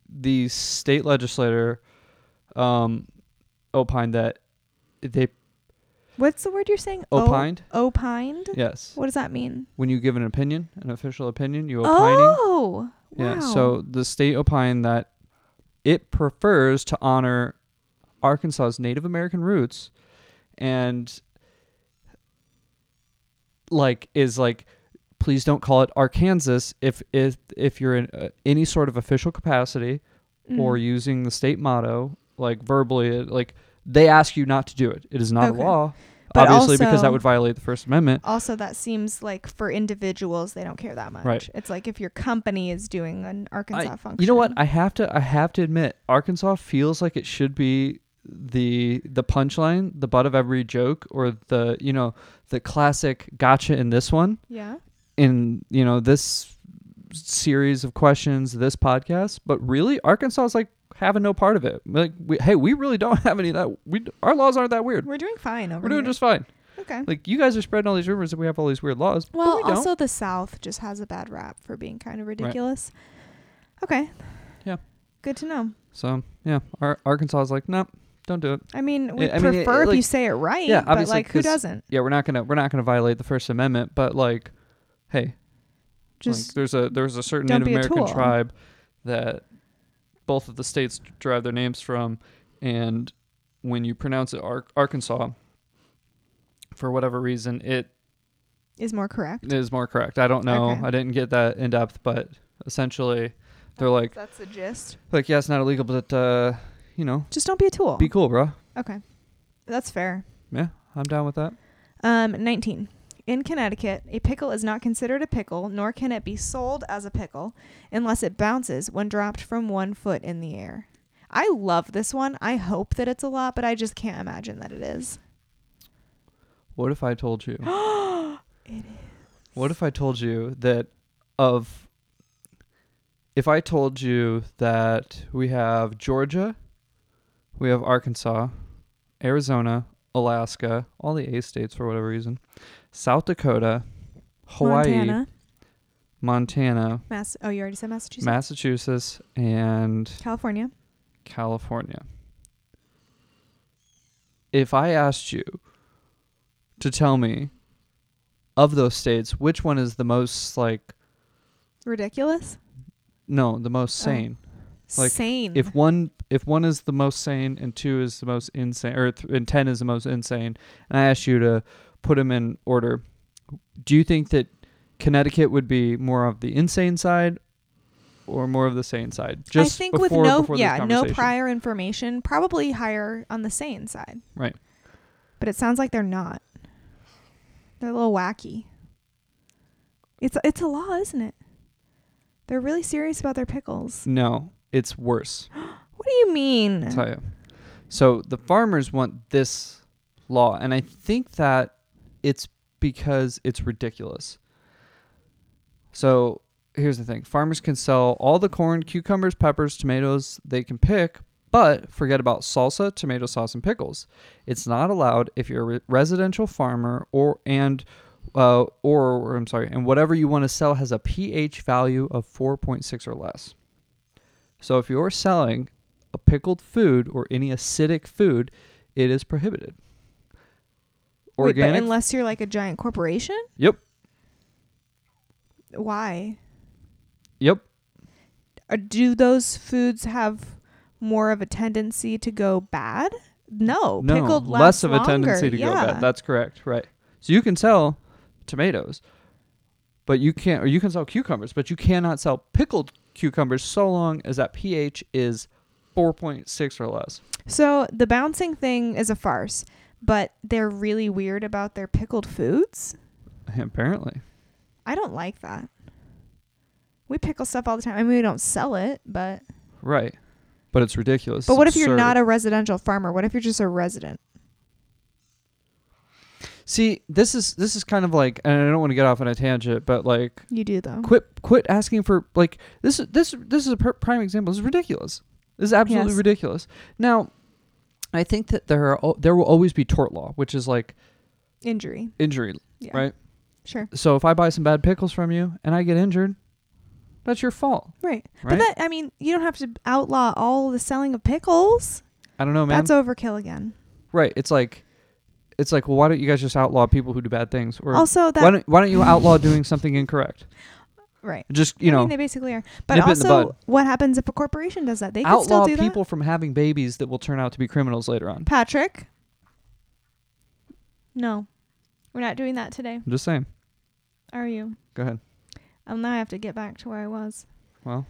S2: the state legislator um, opined that they
S1: What's the word you're saying? O-
S2: opined.
S1: opined?
S2: Yes,
S1: Oh. What does that mean?
S2: when you give an opinion, an official opinion, you opining.
S1: Oh.
S2: Yeah.
S1: wow.
S2: So the state opined that it prefers to honor Arkansas's Native American roots and like is like please don't call it Arkansas if if if you're in uh, any sort of official capacity
S1: Mm.
S2: or using the state motto like verbally it- like they ask you not to do it. It is not
S1: Okay.
S2: a law.
S1: But
S2: obviously because that
S1: also-
S2: would violate the first amendment.
S1: also that seems like for individuals they don't care that much.
S2: Right.
S1: It's like if your company is doing an Arkansas function.
S2: You know what? I have to I have to admit, Arkansas feels like it should be the the punchline, the butt of every joke, or the you know the classic gotcha in this one
S1: yeah.
S2: in you know this series of questions, this podcast. But really, Arkansas is like having no part of it. Like, we, hey, we really don't (laughs) have any of that. We our laws aren't that weird.
S1: We're doing fine over
S2: We're doing
S1: here.
S2: just fine.
S1: okay.
S2: Like you guys are spreading all these rumors that we have all these weird laws. but
S1: Well,
S2: we don't.
S1: also the South just has a bad rap for being kind of ridiculous. Okay.
S2: Yeah.
S1: Good to know.
S2: so yeah, our, Arkansas is like, nope, don't do it.
S1: I mean, we
S2: Yeah, I mean, it-
S1: prefer
S2: it,
S1: if you
S2: like-
S1: say it right,
S2: Yeah,
S1: but
S2: obviously,
S1: like who
S2: 'cause-
S1: doesn't?
S2: yeah, we're not gonna we're not gonna violate the First Amendment, but like, hey, like
S1: Just
S2: there's a there's a certain
S1: don't
S2: Native
S1: be a
S2: American
S1: tool.
S2: tribe that both of the states derive their names from, and when you pronounce it Ar- Arkansas, for whatever reason, it
S1: is more correct.
S2: is more correct. I don't know.
S1: Okay.
S2: I didn't get that in depth, but essentially, they're like
S1: That's the gist.
S2: like yeah, it's not illegal, but uh, you know,
S1: Just don't be a tool.
S2: be cool, bro.
S1: okay. That's fair.
S2: Yeah, I'm down with that.
S1: Um, 19. In Connecticut, a pickle is not considered a pickle, nor can it be sold as a pickle, unless it bounces when dropped from one foot in the air. I love this one. I hope that it's a lot, but I just can't imagine that it is.
S2: What if I told you?
S1: (gasps) It
S2: What if I told you that of if I told you that we have Georgia, we have Arkansas, Arizona, Alaska, all the A states for whatever reason, South Dakota, Hawaii, Montana,
S1: Montana, Mass. Oh, you already said Massachusetts.
S2: Massachusetts, and
S1: California.
S2: California. If I asked you to tell me of those states, which one is the most like
S1: Ridiculous.
S2: no, the most
S1: Oh. mm-hmm.
S2: sane? Like,
S1: Sane.
S2: if one if one is the most sane and two is the most insane or th- and 10 is the most insane and i asked you to put them in order do you think that connecticut would be more of the insane side or more of the sane side just
S1: I think
S2: before,
S1: with no
S2: before this
S1: yeah no
S2: conversation?
S1: prior information, probably higher on the sane side.
S2: Right.
S1: But it sounds like they're not. They're a little wacky. It's it's a law, isn't it? They're really serious about their pickles.
S2: no it's worse
S1: What do you mean?
S2: I'll tell you. So the farmers want this law, and I think that it's because it's ridiculous. So here's the thing: farmers can sell all the corn, cucumbers, peppers, tomatoes they can pick, but forget about salsa, tomato sauce, and pickles. It's not allowed if you're a re- residential farmer or and. Uh, or, or I'm sorry, and whatever you want to sell has a pH value of 4.6 or less. So if you're selling a pickled food or any acidic food, it is prohibited.
S1: Wait, but
S2: Organic.
S1: unless you're like a giant corporation?
S2: yep.
S1: Why?
S2: Yep.
S1: Or do those foods have more of a tendency to go bad? No.
S2: no.
S1: pickled
S2: less
S1: lasts
S2: of a
S1: longer,
S2: tendency to go
S1: yeah.
S2: bad. That's correct. Right. So you can sell tomatoes, but you can't, or you can sell cucumbers, but you cannot sell pickled cucumbers so long as that pH is 4.6 or less.
S1: So the bouncing thing is a farce, but they're really weird about their pickled foods.
S2: Apparently.
S1: I don't like that. We pickle stuff all the time. I mean, we don't sell it, but
S2: Right. But it's ridiculous.
S1: but
S2: It's
S1: what if you're
S2: absurd.
S1: not a residential farmer? What if you're just a resident?
S2: See, this is this is kind of like, and I don't want to get off on a tangent, but like
S1: You do though.
S2: Mm-hmm. quit quit asking for like this is- this this is a per- prime example this is ridiculous this is absolutely
S1: Yes.
S2: ridiculous now i think that there are al- there will always be tort law which is like
S1: Injury.
S2: injury
S1: Yeah.
S2: Right.
S1: Sure.
S2: so if i buy some bad pickles from you and i get injured that's your fault
S1: Right.
S2: Right.
S1: But that I mean, you don't have to outlaw all the selling of pickles.
S2: I don't know, Oh, man.
S1: That's overkill again.
S2: right. It's like it's like, well, why don't you guys just outlaw people who do bad things? Or
S1: also,
S2: why
S1: that
S2: don't why don't you outlaw doing something incorrect?
S1: right.
S2: Just you
S1: I
S2: know,
S1: mean, they basically are. But
S2: nip it in the
S1: also,
S2: bud.
S1: what happens if a corporation does that? They could still
S2: outlaw
S1: do
S2: people from having babies that will turn out to be criminals later on.
S1: that. Patrick. No, we're not doing that today.
S2: I'm just saying.
S1: Are you?
S2: Go ahead.
S1: Um, now I have to get back to where I was.
S2: Well.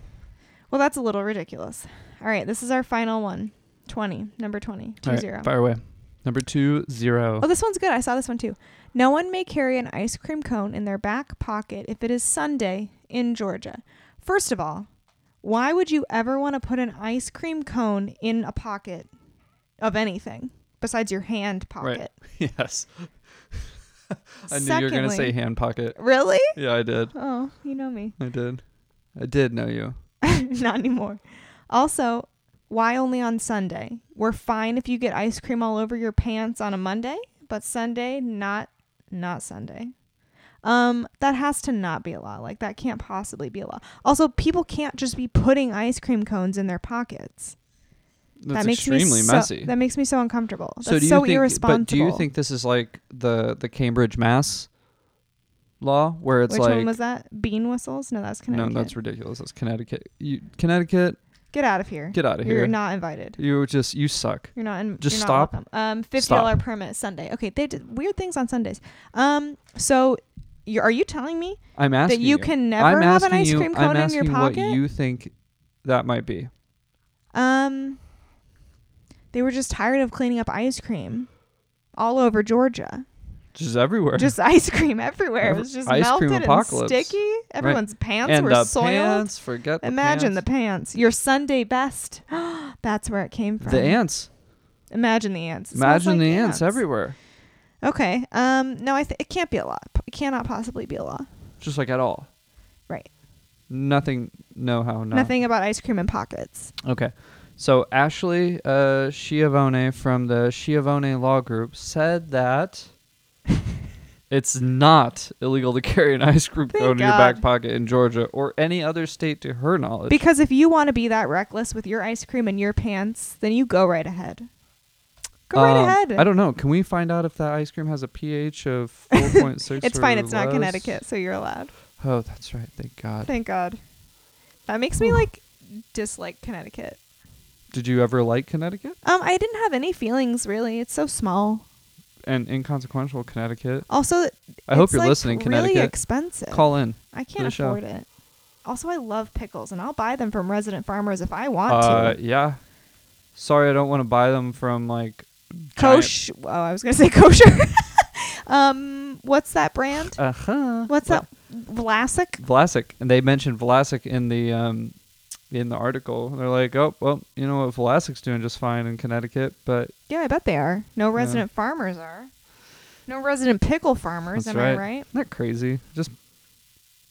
S1: Well, that's a little ridiculous. All right, this is our final one. 20, number 20, two
S2: All right,
S1: zero.
S2: Fire away. Number two zero.
S1: Oh, this one's good. I saw this one too. No one may carry an ice cream cone in their back pocket if it is Sunday in Georgia. First of all, why would you ever want to put an ice cream cone in a pocket of anything besides your hand pocket?
S2: (laughs) yes. I knew you were gonna say
S1: Secondly-
S2: hand pocket.
S1: Really?
S2: Yeah, I did.
S1: Oh, you know me. (laughs)
S2: I did. I did know you.
S1: Not anymore. Also, why only on Sunday? We're fine if you get ice cream all over your pants on a Monday, but Sunday not not Sunday. Um that has to not be a law. Like that can't possibly be a law. Also, people can't just be putting ice cream cones in their pockets.
S2: That's
S1: that makes
S2: extremely
S1: me so,
S2: messy.
S1: That makes me so uncomfortable. That's
S2: do you
S1: so
S2: think,
S1: irresponsible.
S2: But do you think this is like the the Cambridge Mass law where it's
S1: Which
S2: like
S1: one was that? Bean whistles? No, that's
S2: no,
S1: Connecticut.
S2: that's ridiculous. That's Connecticut. You Connecticut,
S1: Get out of here.
S2: get out of
S1: You're
S2: here.
S1: not invited.
S2: you just you suck.
S1: You're not in.
S2: Just
S1: you're
S2: stop.
S1: Not welcome. um, fifty
S2: Stop.
S1: dollar permit Sunday. Okay, they did weird things on Sundays. Um, so you are you telling me
S2: I'm asking
S1: that you can never
S2: I'm
S1: have an
S2: asking
S1: ice
S2: you-
S1: cream
S2: I'm
S1: cone in your
S2: asking
S1: pocket?
S2: What you think that might be?
S1: um, they were just tired of cleaning up ice cream all over Georgia.
S2: Just everywhere.
S1: Just ice cream everywhere.
S2: Ever-
S1: it was just
S2: ice cream
S1: melted
S2: apocalypse.
S1: and sticky. Everyone's pants
S2: and
S1: were
S2: the
S1: soiled.
S2: pants. Forget.
S1: Imagine
S2: the
S1: the pants. Your Sunday best. (gasps) That's where it came from.
S2: pants. the ants.
S1: Imagine the ants. It smells like
S2: Imagine the ants everywhere.
S1: Okay. Um. No, I. Th- it can't be a law. P- It cannot possibly be a law.
S2: Just like at all.
S1: Right.
S2: Nothing. No how. No.
S1: Nothing about ice cream in pockets.
S2: Okay. So Ashley uh, Schiavone from the Schiavone Law Group
S1: (laughs)
S2: said that it's not illegal to carry an ice cream
S1: Thank
S2: cone in your back
S1: God.
S2: pocket in Georgia or any other state to her knowledge.
S1: Because if you want to be that reckless with your ice cream and your pants, then you go right ahead. Go right
S2: Um,
S1: ahead.
S2: I don't know. Can we find out if that ice cream has a pH of 4.6
S1: (laughs) It's
S2: or
S1: fine. It's not
S2: less?
S1: Connecticut, so you're allowed.
S2: Oh, that's right. Thank God.
S1: Thank God. That makes
S2: hmm.
S1: me like dislike Connecticut.
S2: Did you ever like Connecticut?
S1: Um, I didn't have any feelings really. It's so small.
S2: And inconsequential Connecticut.
S1: Also, I
S2: I hope you're listening,
S1: Really
S2: Connecticut.
S1: expensive.
S2: Call in.
S1: I
S2: the
S1: can't
S2: show.
S1: afford it. Also, I love pickles, and I'll buy them from resident farmers if I want
S2: Uh,
S1: to.
S2: yeah. Sorry, I don't want to buy them from like giant
S1: Kosh. Oh, I was gonna (laughs) say kosher. um, what's that brand?
S2: Uh huh.
S1: What's that? Vlasic.
S2: Vlasic, and they mentioned Vlasic in the um, in the article. They're like, oh well, you know what, Vlasic's doing just fine in Connecticut, but
S1: Yeah, I bet they are. No resident farmers are. No resident pickle farmers.
S2: That's
S1: am I
S2: right.
S1: right?
S2: isn't that crazy? Just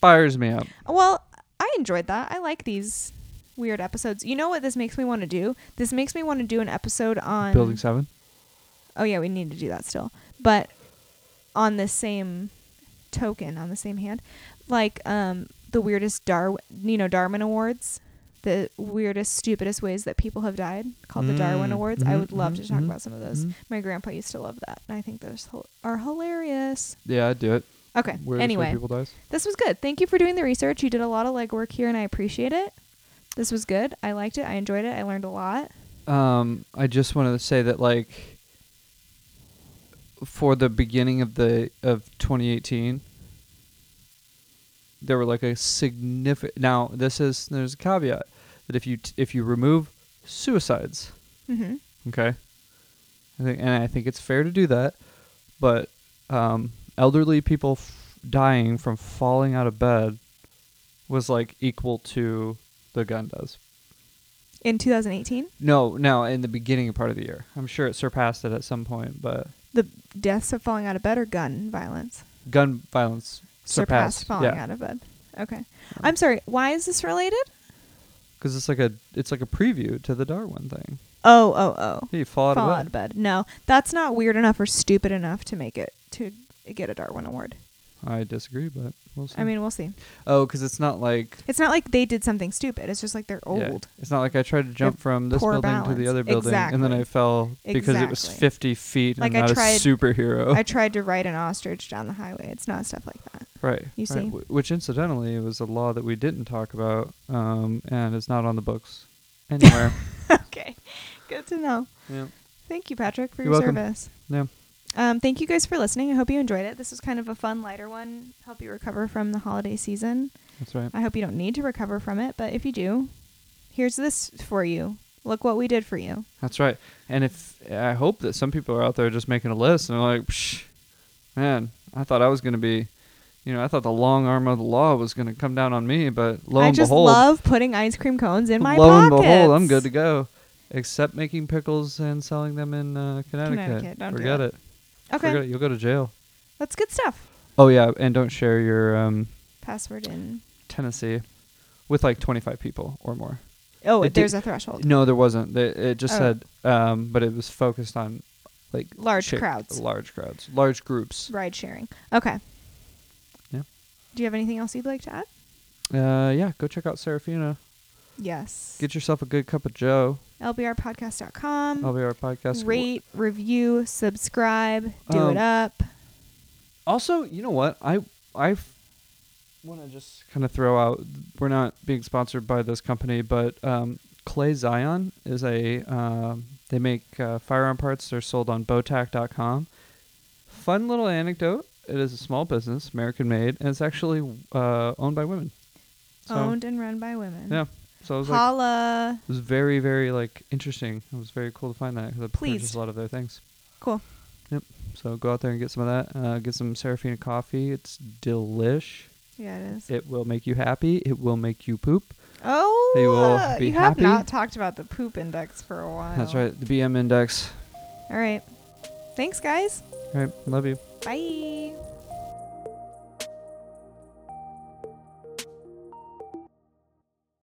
S2: fires me up.
S1: Well, I enjoyed that. I like these weird episodes. You know what this makes me want to do? This makes me want to do an episode on
S2: Building seven.
S1: Oh yeah, we need to do that still. But on the same token, on the same hand, like um the weirdest Darwin, you know, Darwin Awards, the weirdest, stupidest ways that people have died, called the Darwin
S2: Mm,
S1: Awards. I
S2: mhm,
S1: would love to
S2: mhm,
S1: talk
S2: mhm,
S1: about some of those.
S2: mhm.
S1: My grandpa used to love that, and I think those hil- are hilarious.
S2: Yeah, I do it.
S1: Okay.
S2: Where
S1: anyway,
S2: people dies.
S1: this was good. Thank you for doing the research. You did a lot of legwork here, and I appreciate it. This was good. I liked it. I enjoyed it. I learned a lot.
S2: Um, I just wanted to say that like for the beginning of the of 2018, there were like a significant. Now this is there's a caveat that if you t- if you remove suicides,
S1: Mm-hmm.
S2: okay, I think and I think it's fair to do that, but um, elderly people f- dying from falling out of bed was like equal to the gun does.
S1: In 2018,
S2: No, no, in the beginning part of the year. I'm sure it surpassed it at some point, but
S1: the deaths of falling out of bed or gun violence.
S2: gun violence surpassed.
S1: surpassed falling
S2: yeah, Mm.
S1: out of bed. Okay. I'm sorry. Why is this related?
S2: because it's like a it's like a preview to the Darwin thing.
S1: Oh, oh, oh.
S2: Hey, you fall out
S1: Fall
S2: of
S1: out
S2: bed.
S1: of bed. No, that's not weird enough or stupid enough to make it to get a Darwin Award.
S2: I disagree, but we'll see.
S1: I mean, we'll see.
S2: oh, because it's not like
S1: It's not like they did something stupid. It's just like they're
S2: yeah,
S1: old.
S2: it's not like I tried to jump from this
S1: poor
S2: building to
S1: balance.
S2: the other building and then
S1: Exactly.
S2: I fell because it was
S1: Exactly.
S2: 50 feet
S1: Like,
S2: and
S1: I
S2: not
S1: tried-
S2: a superhero.
S1: I tried to ride an ostrich down the highway. It's not stuff like that.
S2: (laughs)
S1: (laughs)
S2: Right.
S1: You
S2: right.
S1: see?
S2: Wh- Which, incidentally, was a law that we didn't talk about, um, and it's not on the books
S1: (laughs)
S2: anywhere.
S1: Okay, good to know.
S2: yeah.
S1: Thank you, Patrick, for
S2: You're
S1: your
S2: welcome.
S1: service.
S2: Yeah.
S1: Um, thank you guys for listening. I hope you enjoyed it. This was kind of a fun, lighter one. Help you recover from the holiday season.
S2: That's right.
S1: I hope you don't need to recover from it, but if you do, here's this for you. Look what we did for you.
S2: That's right. And if I hope that some people are out there just making a list and they're like, Psh, man, I thought I was going to be, you know, I thought the long arm of the law was going to come down on me, but lo
S1: I
S2: and
S1: just
S2: behold,
S1: love putting ice cream cones in my
S2: lo and
S1: pockets.
S2: behold, I'm good to go. Except making pickles and selling them in uh, Connecticut.
S1: Connecticut, don't do
S2: Forget
S1: it.
S2: it.
S1: Okay,
S2: Forget it. You'll go to jail.
S1: that's good stuff.
S2: Oh yeah, and don't share your um,
S1: Password in.
S2: Tennessee with like 25 people or more.
S1: Oh,
S2: It did-
S1: there's a threshold.
S2: No, there wasn't. They, it just
S1: Oh.
S2: said, um, but it was focused on like
S1: Large
S2: chick-
S1: crowds.
S2: large crowds, large groups.
S1: Ride sharing. Okay.
S2: Yeah.
S1: Do you have anything else you'd like to add?
S2: Uh, yeah, go check out Serafina.
S1: Yes.
S2: Get yourself a good cup of Joe.
S1: LBRpodcast.com.
S2: LBR podcast.
S1: rate, review, subscribe, do
S2: Um,
S1: it up.
S2: Also, you know what? I I want to just kind of throw out. We're not being sponsored by this company, but um, Clay Zion is a. Um, they make uh, firearm parts. They're sold on Botac.com. Fun little anecdote. It is a small business, American made, and it's actually uh, owned by women. So,
S1: Owned and run by women.
S2: Yeah. So I was like,
S1: Holla.
S2: it was very, very like interesting. It was very cool to find that because I purchased
S1: Pleased.
S2: a lot of their things.
S1: Cool.
S2: Yep. So go out there and get some of that. Uh, get some Serafina coffee. It's delish.
S1: Yeah, it is.
S2: It will make you happy. It will make you poop.
S1: oh,
S2: They will
S1: uh,
S2: be
S1: you have
S2: happy.
S1: not talked about the poop index for a while.
S2: That's right. The BM index.
S1: All right. Thanks, guys.
S2: All right. Love you.
S1: Bye.